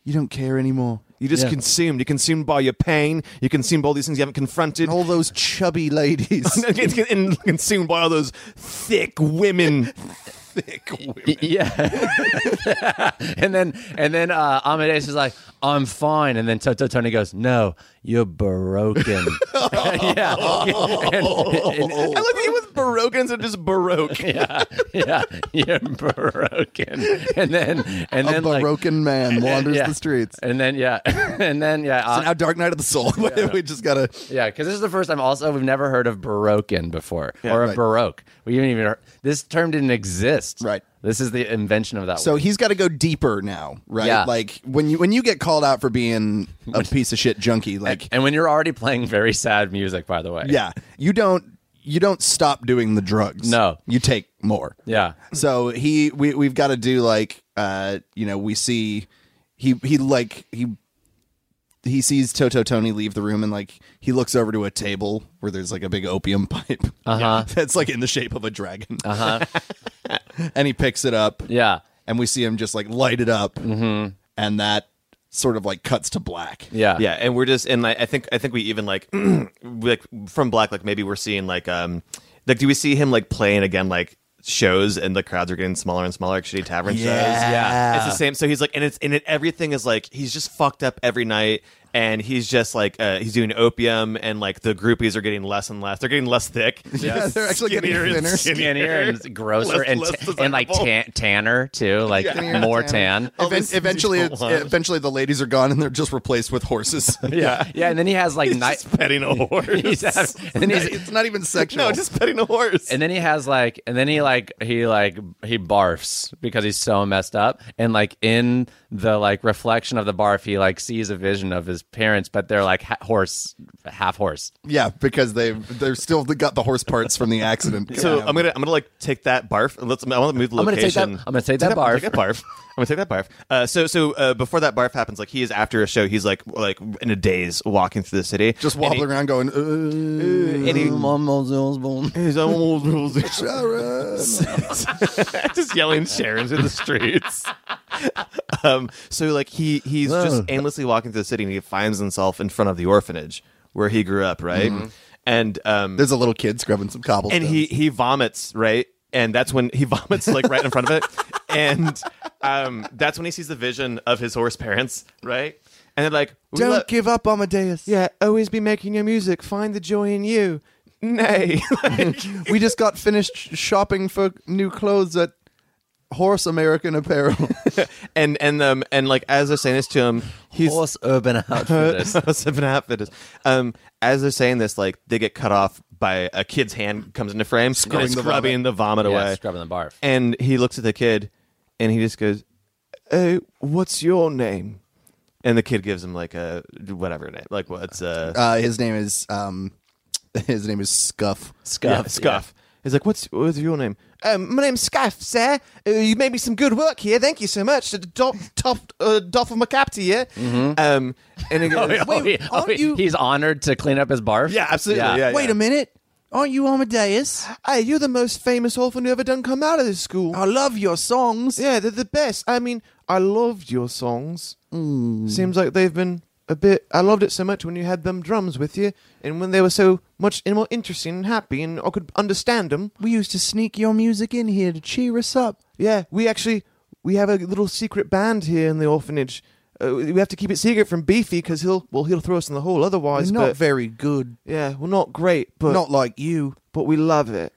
you don't care anymore.
You're just
Yeah.
consumed. You're consumed by your pain. You're consumed by all these things you haven't confronted.
All those chubby [LAUGHS] ladies.
and [LAUGHS] and consumed by all those thick women.
Y- Yeah. [LAUGHS] and then and then uh, Amadeus is like, I'm fine. And then T- T- Tony goes, No, you're
[LAUGHS]
broken. [LAUGHS] yeah. And- and-
I like that you with Baroque instead of just Baroque.
yeah. Yeah. You're broken. And then and
a
then like,
broken [LAUGHS] man wanders
yeah.
the streets.
And then yeah. [LAUGHS] and then yeah.
So
uh,
now Dark Knight of the Soul. [LAUGHS] we just gotta.
Yeah, because this is the first time. Also, we've never heard of Baroquean before, or a
right.
Baroque. We haven't even heard, this term didn't exist.
Right.
This is the invention of that.
So
word.
he's got to go deeper now, right?
Yeah.
Like when you when you get called out for being [LAUGHS] a piece of shit junkie, like [LAUGHS]
and when you're already playing very sad music, by the way.
yeah, you don't you don't stop doing the drugs.
No.
you take more.
Yeah.
So he we we've got to do like uh you know we see he he like he he sees Toto Tony leave the room and like he looks over to a table where there's like a big opium [LAUGHS] pipe
Uh-huh.
that's like in the shape of a dragon. Uh huh. [LAUGHS] and he picks it up.
Yeah.
and we see him just like light it up, and that sort of like cuts to black.
Yeah.
yeah and we're just and I, I think i think we even like [CLEARS THROAT] like from black like maybe we're seeing like um like do we see him like playing again like shows and the crowds are getting smaller and smaller like shitty tavern shows
Yeah.
it's the same so he's like and it's and it, everything is like he's just fucked up every night and he's just like uh, he's doing opium and like the groupies are getting less and less they're getting less thick
Yeah, they're actually getting
Skinnier and
thinner.
Skinnier and grosser
Less-
and,
less
ta- and like tan- tanner too, like
Skinnier,
more
tanner. Oh.
tan.
Even- eventually, it's, eventually the ladies are gone and they're just replaced with horses. [LAUGHS]
Yeah. Yeah. And then he has like night.
just petting a horse
[LAUGHS] He's having- and then he's
it's not even sexual.
no just petting a horse
and then he has like and then he like he like he barfs because he's so messed up and like in the like reflection of the barf he like sees a vision of his parents but they're like ha- horse half horse
yeah, because they they're still they got the horse parts from the accident.
[LAUGHS] So
Yeah.
I'm gonna I'm gonna like take that barf. Let's I want to move the
I'm gonna take that-
location.
I'm gonna take that barf.
Take that barf. [LAUGHS] I'm gonna take that barf. Uh, so so uh, before that barf happens, like he is after a show. He's like like in a daze walking through the city,
just
And he-
wobble around going. "Uh,
and he- [LAUGHS]
Mm,
yeah
[LAUGHS]
he's almost- just yelling Sharon's in the streets. [LAUGHS] um, so like he he's just aimlessly walking through the city and he finds himself in front of the orphanage where he grew up, right?
Mm-hmm.
And um,
There's a little kid scrubbing some cobblestones.
and he he vomits right and that's when he [LAUGHS] vomits like right in front of it and um that's when he sees the vision of his horse parents right and they're like we
don't
love-
give up, Amadeus.
yeah always be making your music find the joy in you nay [LAUGHS] Like,
we just got finished shopping for new clothes at Horse American
[LAUGHS]
Apparel.
[LAUGHS] and and um and like as they're saying this to him he's
horse urban outfitters
[LAUGHS] Seven outfitters. Um, as they're saying this, like they get cut off by a kid's hand comes into frame, scrubbing,
the
scrubbing the vomit,
yeah
away.
scrubbing the barf
And he looks at the kid and he just goes, Hey, what's your name? And the kid gives him like a whatever name. Like what's uh,
Uh, his name is um, his name is Scuff.
yeah,
scuff
Scuff. He's like, What's what's your name? Um, my name's Scuff, sir. Uh, you made me some good work here. Thank you so much. Doff, doff, uh, doff of my cap to you. Um,
[LAUGHS]
and he goes, [LAUGHS]
yeah. Mm-hmm. Oh, he- oh, he- he's honored to clean up his barf
Yeah, absolutely. Yeah.
yeah,
Wait a
minute. Aren't you Amadeus?
Hey, you're the most famous orphan who ever done come out of this school.
love your songs.
Yeah, they're the best. I mean, I loved your songs.
Hmm.
Seems like they've been a bit. I loved it so much when you had them drums with you, and when they were so much more interesting and happy, and I could understand them.
We used to sneak your music in here to cheer us up.
Yeah, we actually we have a little secret band here in the orphanage. Uh, we have to keep it secret from Beefy because he'll well he'll throw us in the hole otherwise.
You're not
but-
very good.
yeah, we're not great, but
Not like you.
but we love it.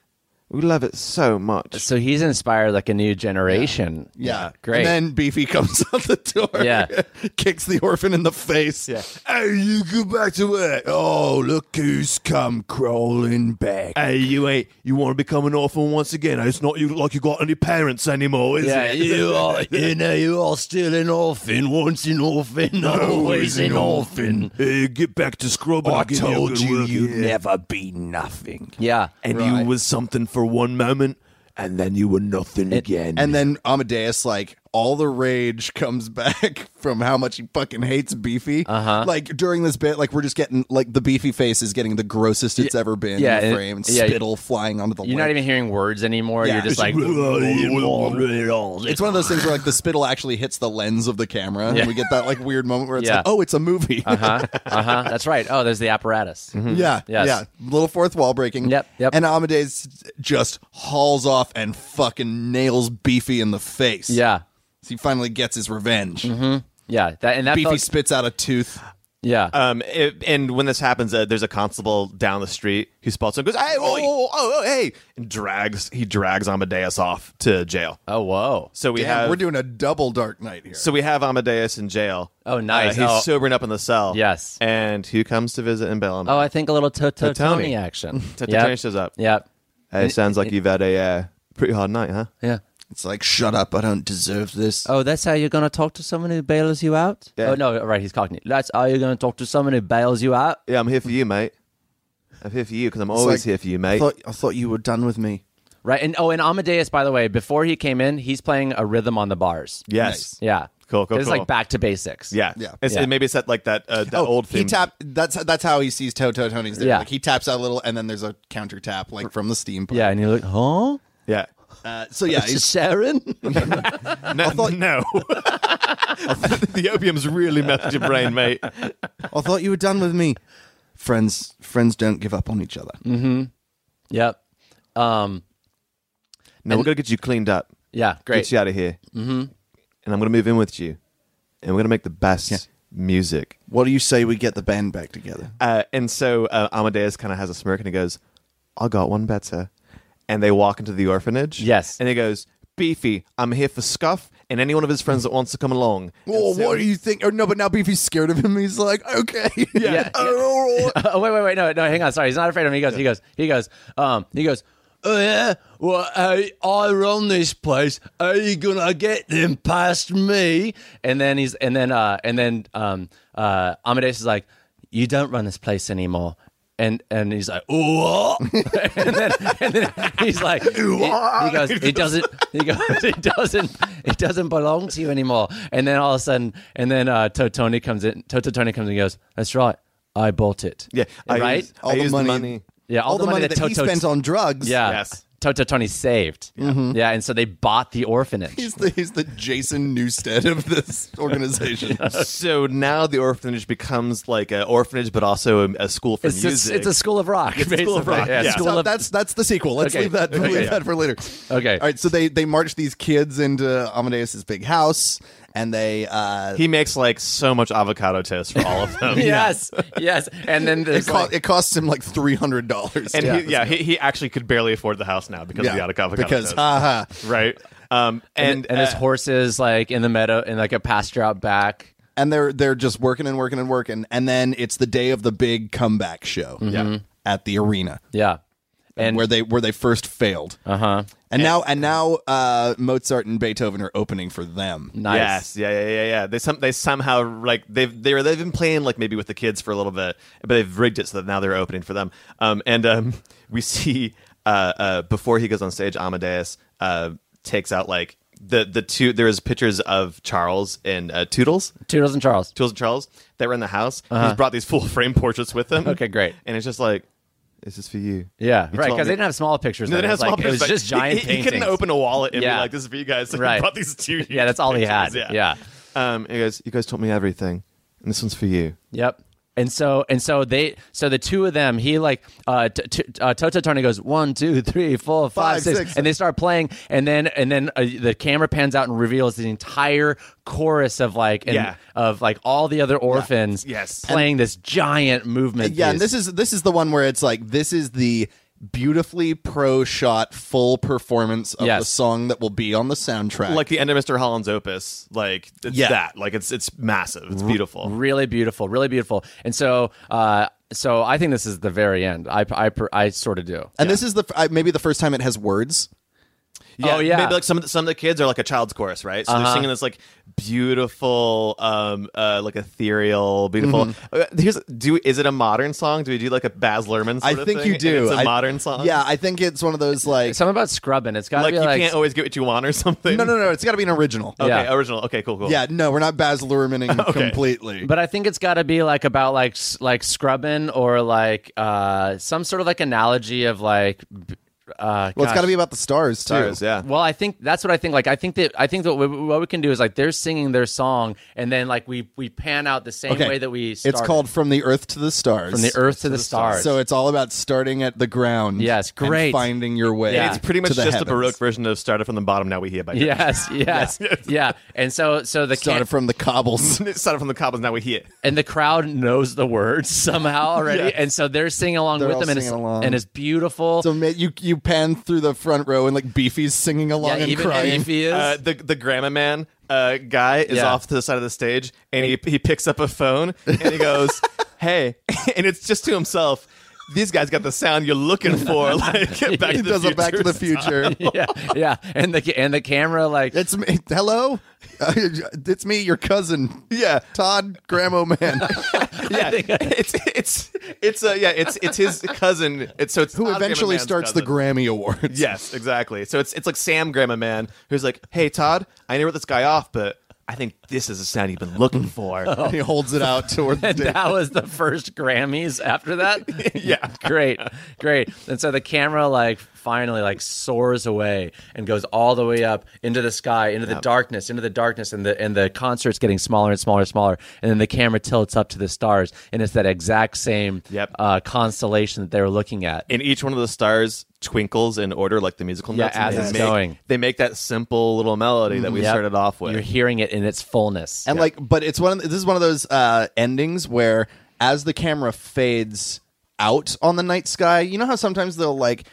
We love it so much.
So he's inspired like a new generation.
Yeah,
Great.
And then Beefy comes [LAUGHS] out the door.
Yeah.
[LAUGHS] kicks the orphan in the face. Yeah. Hey, you go back to work. Oh, look who's come crawling back.
Hey, you ain't. You want to become an orphan once again? It's not you like you got any parents anymore, is
[LAUGHS]
Yeah,
it?
you
are.
you know, you are still an orphan, once an orphan, always an orphan.
Hey, get back to scrub. and I'll give you, a good work. Yeah.
never be nothing.
Yeah.
and
Right.
you was something for one moment, and then you were nothing again.
And then Amadeus, like, all the rage [LAUGHS] comes back from how much he fucking hates Beefy. Uh-huh. Like, during this bit, like, we're just getting, like, the Beefy face is getting the grossest it's ever been
yeah,
in
it-
the frame.
yeah,
spittle flying onto the
You're
lamp.
not even hearing words anymore.
Yeah.
You're just
[LAUGHS]
like,
It's one of those things where, like, the spittle actually hits the lens of the camera.
Yeah.
And we get that, like, weird moment where it's
Yeah.
like, oh, it's a movie. [LAUGHS]
huh? Uh huh. That's right. Oh, there's the apparatus.
Mm-hmm.
Yeah,
Mm-hmm. Yes.
yeah. Little fourth wall breaking.
Yep, yep.
And Amadeus just hauls off and fucking nails Beefy in the face.
Yeah.
So he finally gets his revenge.
Yeah. That and that
Beefy
felt-
spits out a tooth.
yeah.
Um, it- and when this happens, uh, there's a constable down the street who spots him, goes, "Hey, oh, oh, oh, oh, hey!" and drags he drags Amadeus off to jail.
oh whoa.
So we
Damn,
have
we're doing a double Dark Knight here.
so we have Amadeus in jail.
Oh, nice.
Uh, he's
Oh.
sobering up in the cell.
Yes.
And who comes to visit in bail?
Oh, I think a little Toto
Tony.
Tony
[LAUGHS]
action.
Tony
Yep.
shows up.
Yep.
Hey, sounds like you've had a uh, pretty hard night, huh?
Yeah.
it's like, shut up! I don't deserve this.
Oh, that's how you're gonna talk to someone who bails you out?
Yeah.
Oh no, right, he's cockney. That's how you're gonna talk to someone who bails you out.
Yeah, I'm here for you, mate. I'm here for you because I'm
like-
always here for you, mate.
I thought I thought you were done with me.
Right. And oh, and Amadeus, by the way, before he came in, he's playing a rhythm on the bars.
yes.
Yeah.
Cool, cool,
It's
cool.
like back to basics.
Yeah.
Yeah. Oh,
It's,
Yeah.
It maybe it's that like that uh, that old theme.
He tap. That's that's how he sees Toto Tony's there.
Yeah.
Like he taps out a little, and then there's a counter tap, like from the steam. pipe.
Yeah, and you're like, huh?
yeah.
Uh, so [LAUGHS] yeah, he's
Sharon? [LAUGHS]
No, no. the opium's really messed your brain, [LAUGHS] mate.
[LAUGHS] I thought you were done with me. Friends, friends don't give up on each other.
yep. Um,
No, we're gonna get you cleaned up.
yeah,
Get
great.
you out of here. Mm-hmm. And I'm gonna move in with you, and we're gonna make the best music.
What do you say we get the band back together?
Uh, and so uh, Amadeus kind of has a smirk and he goes, "I got one better." And they walk into the orphanage.
Yes.
And he goes, "Beefy, I'm here for Scuff and any one of his friends that wants to come along."
Oh, what do you think? Oh, no, but now Beefy's scared of him. He's like, [LAUGHS] okay.
Yeah.
[LAUGHS]
oh, [LAUGHS] wait, wait, wait. No, no, hang on. Sorry. He's not afraid of me. He goes, he goes, he goes, um, he goes, oh, yeah. Well, I, I run this place. Are you going to get them past me? And then he's, and then, uh, and then, um, uh, Amadeus is like, you don't run this place anymore. And, and he's like, oh, [LAUGHS] and then, and then he's like, he, he goes, it doesn't, he goes, [LAUGHS] it doesn't, it doesn't belong to you anymore. And then all of a sudden, and then uh, Totoni comes in, Toto Tony comes in and goes, that's right, I bought it.
Yeah. I
right?
used- I used
yeah, all, the, money, that,
he
Toto
spent on drugs.
[LAUGHS] Yeah,
Yes. Mm-hmm.
Toto Tony saved. Yeah. and so they bought the orphanage.
[LAUGHS] He's the, he's the Jason Newstead of [LAUGHS] this organization.
[LAUGHS] So now the orphanage becomes like an orphanage, but also a, a school
[LAUGHS]
for
it's, just,
music.
it's a school of rock.
It's a school of
basically.
rock,
Yeah,
yeah.
school
So
of-
that's that's the sequel. Let's
Okay.
leave that
Okay.
leave that for later.
Okay.
All right. So they they march these kids into Amadeus's big house, and they uh,
he makes like so much avocado toast for all of
[LAUGHS]
them.
yes, yes. And
[LAUGHS]
then
it,
there's
co-
like,
it costs him like three hundred dollars.
And yeah, he, yeah, he, he actually could barely afford the house now because of the avocado
because uh-huh.
toast.
haha.
right? Um, and
and, and
[LAUGHS]
his
uh,
horses like in the meadow in like a pasture out back.
and they're they're just working and working and working and then it's the day of the big comeback show
Mm-hmm.
at the arena
Yeah, and
where they where they first failed uh-huh and, now and now uh mozart and beethoven are opening for them
nice.
Yes, yeah, yeah, yeah, yeah. They some they somehow like they've they were they've been playing like maybe with the kids for a little bit, but they've rigged it so that now they're opening for them. Um, and um, [LAUGHS] we see uh, uh, before he goes on stage, Amadeus uh, takes out like the the two. There is pictures of Charles and uh, Toodles,
Toodles and Charles.
Toodles and Charles that were in the house. He's brought these full [LAUGHS] frame portraits with him.
Uh-huh. Okay, great.
And it's just like this is for you.
Yeah, right. Because
told me-
they didn't have small pictures.
No,
then.
they didn't have
It was
small
like-
pictures,
It was just
like,
giant
[LAUGHS] he- he, couldn't
paintings.
open a wallet and
Yeah.
be like, "This is for you guys." [LAUGHS] Like,
Right.
He brought these two. huge
Yeah, that's all he had.
pictures,
Yeah.
Um, he goes, "You guys taught me everything, and this one's for you."
Yep. And so and so they so the two of them he like uh, t- t- uh Toto Tony goes one two three four five
Five,
six
six.
and they start playing and then and then uh, the camera pans out and reveals the entire chorus of like and,
Yeah.
of like all the other orphans
Yes.
playing this giant movement
yeah and
piece.
this is this is the one where it's like this is the beautifully pro shot full performance of
Yes.
the song that will be on the soundtrack.
like the end of Mr. Holland's opus, like it's
Yeah.
that, like it's it's massive, it's beautiful.
Really beautiful, really beautiful. And so, uh, so I think this is the very end. I, I, I sort of do.
and this is the f- I- maybe the first time it has words.
Oh, yeah.
maybe like some of the, some of the kids are like a child's chorus, right? So
Uh-huh.
they're singing this like beautiful, um, uh, like ethereal, beautiful.
Mm-hmm.
Uh, Here's do is it a modern song? Do we do like a Baz Luhrmann? Sort
I
of
think
thing?
you do.
And it's a
I-
modern song.
Yeah, I think it's one of those like
Something about scrubbing. It's got to
like
be
you
like
can't always get what you want or something.
no, no, no. It's got to be an original.
[LAUGHS] Okay,
Yeah.
original. Okay, cool, cool.
Yeah, no, we're not
[LAUGHS]
Baz Luhrmanning completely.
But I think it's got to be like about like s- like scrubbing or like uh some sort of like analogy of like b- uh
well, it's
gosh.
got to be about the stars too.
Stars, yeah.
Well, I think that's what I think. Like, I think that I think that what we, what we can do is like they're singing their song, and then like we we pan out the same
Okay.
way that we. Started.
It's called From the Earth to the Stars.
from the earth to the stars.
So it's all about starting at the ground.
Yes,
and
great.
finding your way.
Yeah.
It's pretty much
to the
just a
heavens.
Baroque version of "Started from the Bottom." Now we hear by
[LAUGHS]
Here.
yes, yes,
[LAUGHS]
yeah. And so so the
Started
can-
from the
[LAUGHS]
cobbles.
started from the cobbles. Now we hear.
and the crowd knows the words [LAUGHS] somehow already, and so they're singing along
They're
with
all
them, and it's,
singing along.
and it's beautiful.
So ma- you you pan through the front row and like Beefy's singing along
yeah,
and
even
crying.
if
[LAUGHS]
he is.
Uh, the the grandma man uh, guy is
Yeah.
off to the side of the stage, and he he picks up a phone and
[LAUGHS]
he goes, "Hey," [LAUGHS] and it's just to himself. These guys got the sound you're
[LAUGHS]
looking for. Like back
he
to the
does a
future.
Back to the Future.
[LAUGHS] yeah, yeah, and the and the camera like
It's me. Hello, [LAUGHS] Uh, it's me, your cousin. Yeah, Todd Gramo
[LAUGHS]
Man.
Yeah, it's it's it's uh, yeah, it's it's his cousin. It's so it's
Who
Todd
eventually
Grandma Man's
starts the
cousin.
Grammy Awards.
Yes, exactly. So it's it's like Sam Grandma Man who's like, "Hey Todd, I know wrote this guy off, but I think this is the sound you've been looking for."
[LAUGHS] He holds it out
[LAUGHS]
toward the
and
day.
that was the first Grammys after that.
Yeah.
[LAUGHS] great, great. And so the camera like finally like soars away and goes all the way up into the sky, into the darkness, into the darkness, and the and the concert's getting smaller and smaller and smaller, and then the camera tilts up to the stars, and it's that exact same
Yep.
uh, constellation that they were looking at.
and each one of the stars twinkles in order like the musical
Yeah,
notes and
as
they
it's
make-
going. Mm-hmm.
they make that simple little melody that we
Yep.
started off with
You're hearing it in its fullness.
[LAUGHS]
And like, but it's one. Of, this is one of those uh, endings where, as the camera fades out on the night sky, you know how sometimes they'll like,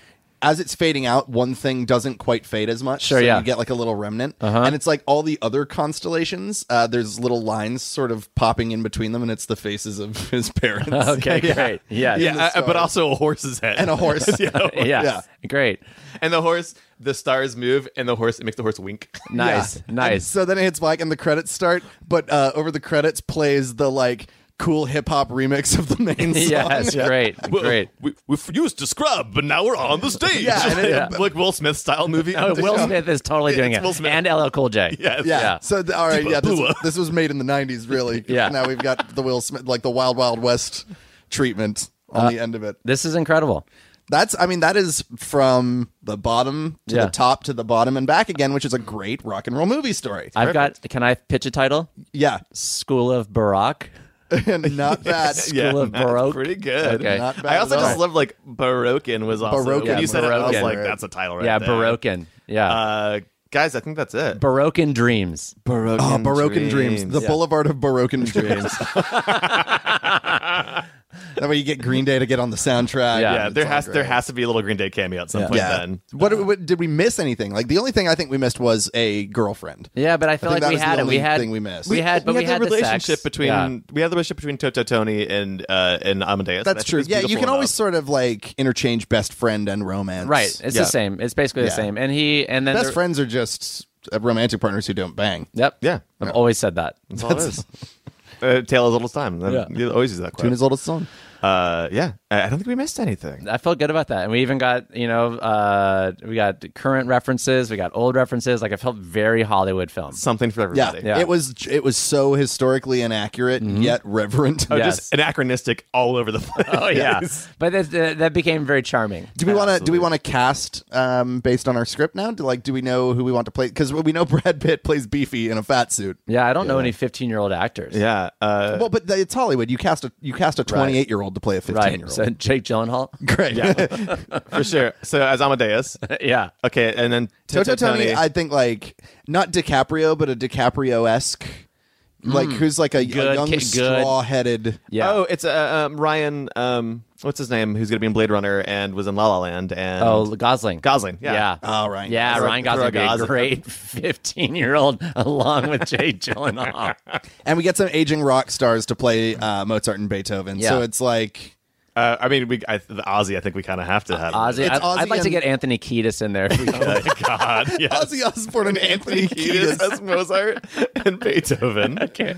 as it's fading out, one thing doesn't quite fade as much.
Sure,
so
yeah. Uh-huh.
You get like a little remnant, and it's like all the other constellations. Uh, there's little lines sort of popping in between them, and it's the faces of [LAUGHS] his parents.
[LAUGHS] okay, great. Yeah.
[LAUGHS] Yeah.
yeah,
the
uh, but
stars.
also a horse's head
and a horse.
[LAUGHS] Yeah.
Yeah.
Great.
[LAUGHS] and the horse the stars move and the horse it makes the horse wink
Nice.
Yeah. And
Nice.
so then it hits black and the credits start, but uh, over the credits plays the like cool hip hop remix of the
[LAUGHS]
main song.
yes. Great.
Well,
Great.
we, we used to scrub but now
[LAUGHS]
we're on the stage
Yeah, and it-
like [LAUGHS] will smith style movie
Oh, Will Smith is
[LAUGHS]
totally doing
it's
it,
Will Smith.
and LL Cool J.
Yes.
Yeah.
Yeah.
So th- all right, yeah, this,
Bua.
this was made in the '90s, really.
[LAUGHS] Yeah.
Now we've got the Will Smith, like the Wild Wild West treatment
Uh,
on the end of it.
This is incredible.
That's, I mean, that is from the bottom to
Yeah.
the top to the bottom and back again, which is a great rock and roll movie story.
I've got. Can I pitch a title?
yeah, [LAUGHS]
School of Baroque.
and not
[LAUGHS]
bad.
School
[LAUGHS]
of Baroque.
pretty good
Okay.
Not bad
i also
at all.
just love like baroquin was also
Baroquin.
when you said it i was
Baroquin.
like that's a title right
yeah,
there.
Baroquin. Yeah,
uh guys i think that's it
Baroque in dreams.
baroque
Oh, Baroque and Dreams, the Boulevard of Baroque and Dreams. [LAUGHS] that way, you get Green Day to get on the soundtrack.
Yeah.
Yeah,
It's
there
all
has
great.
there has to be a little Green Day cameo at some point. Then
What, what did we miss? Anything? Like the only thing I think we missed was a girlfriend.
Yeah, but I feel
I
like
think that
we
was the
had it.
only
We had
thing we missed.
We had, but we,
the
had the
relationship
sex.
between
Yeah.
we had the relationship between Toto Tony and uh, and Amadeus. and I
That's
think
true.
it's
Yeah, you
beautiful
can always
enough.
sort of like interchange best friend and romance.
Right, it's
Yeah.
the same. It's basically
Yeah.
the same. And he and then
Best
there-
friends are just uh, romantic partners who don't bang. [LAUGHS]
Yep.
Yeah.
I've always said that.
That's all it is. [LAUGHS] Uh, tale as old as time.
Yeah.
You always use that
Tune
quote.
his oldest son.
Uh, yeah, I I don't think we missed anything.
I felt good about that. And we even got, you know, uh, we got current references, we got old references. Like I felt very Hollywood film.
Something for
Yeah.
everybody.
it was it was so historically inaccurate yet reverent.
Mm-hmm. Oh,
Yes.
Just anachronistic all over the [LAUGHS] place.
Oh yeah, but that, that that became very charming.
Do we want to do we
Absolutely.
want to cast um, based on our script now? Do like do we know who we want to play? Because we know [LAUGHS] Brad Pitt plays Beefy in a fat suit.
Yeah, I don't know any fifteen-year-old actors.
yeah. Uh,
Well, but it's Hollywood. You cast a you cast a twenty eight year old to play a fifteen
right.
year old.
So Jake Gyllenhaal.
Great.
for sure. So as
[LAUGHS]
Amadeus.
yeah,
Okay, and then
Toto
Toto
Tony,
Tony.
I think like not DiCaprio, but a DiCaprio esque. like who's like a, a
Hmm. Good
young
ki- good.
straw-headed.
Yeah.
Oh, it's uh, um, Ryan. Um, what's his name? Who's going to be in Blade Runner and was in La La Land and
Oh, Gosling.
Gosling. Yeah.
Yeah.
Oh, Ryan
Yeah,
Gosling.
Ryan
Throw
Gosling would be a
Gosling.
great 15 year old along with Jay Gyllenhaal.
And we get some aging rock stars to play uh, Mozart and Beethoven. So
Yeah.
it's like
Uh, I mean, we I, the Ozzy. I think we kind of have to have him.
Uh,
[LAUGHS]
Ozzy,
It's
I'd, I'd
Ozzy
like to
and-
get Anthony Kiedis in there. If we could.
God. Yeah.
Ozzy Osbourne and Anthony Kiedis.
Kiedis as Mozart and Beethoven.
[LAUGHS] okay.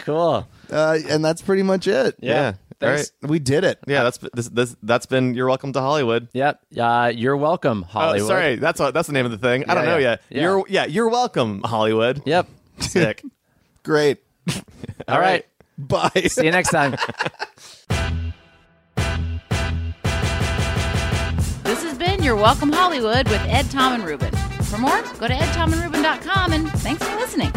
Cool.
Uh, and that's pretty much it.
Yeah. All right.
Thanks. We did it.
Yeah. That's this, this. That's been. You're welcome to Hollywood.
Yep. Uh, you're welcome,
Oh,
Hollywood.
sorry. That's what, that's the name of the thing. I don't
Yeah,
know
yeah.
yet.
Yeah.
You're yeah. You're welcome, Hollywood.
Yep.
Sick.
Great.
All right.
Bye.
See you next time.
This has been Your Welcome Hollywood with Ed, Tom, and Ruben. For more, go to edtomandruben.com and thanks for listening.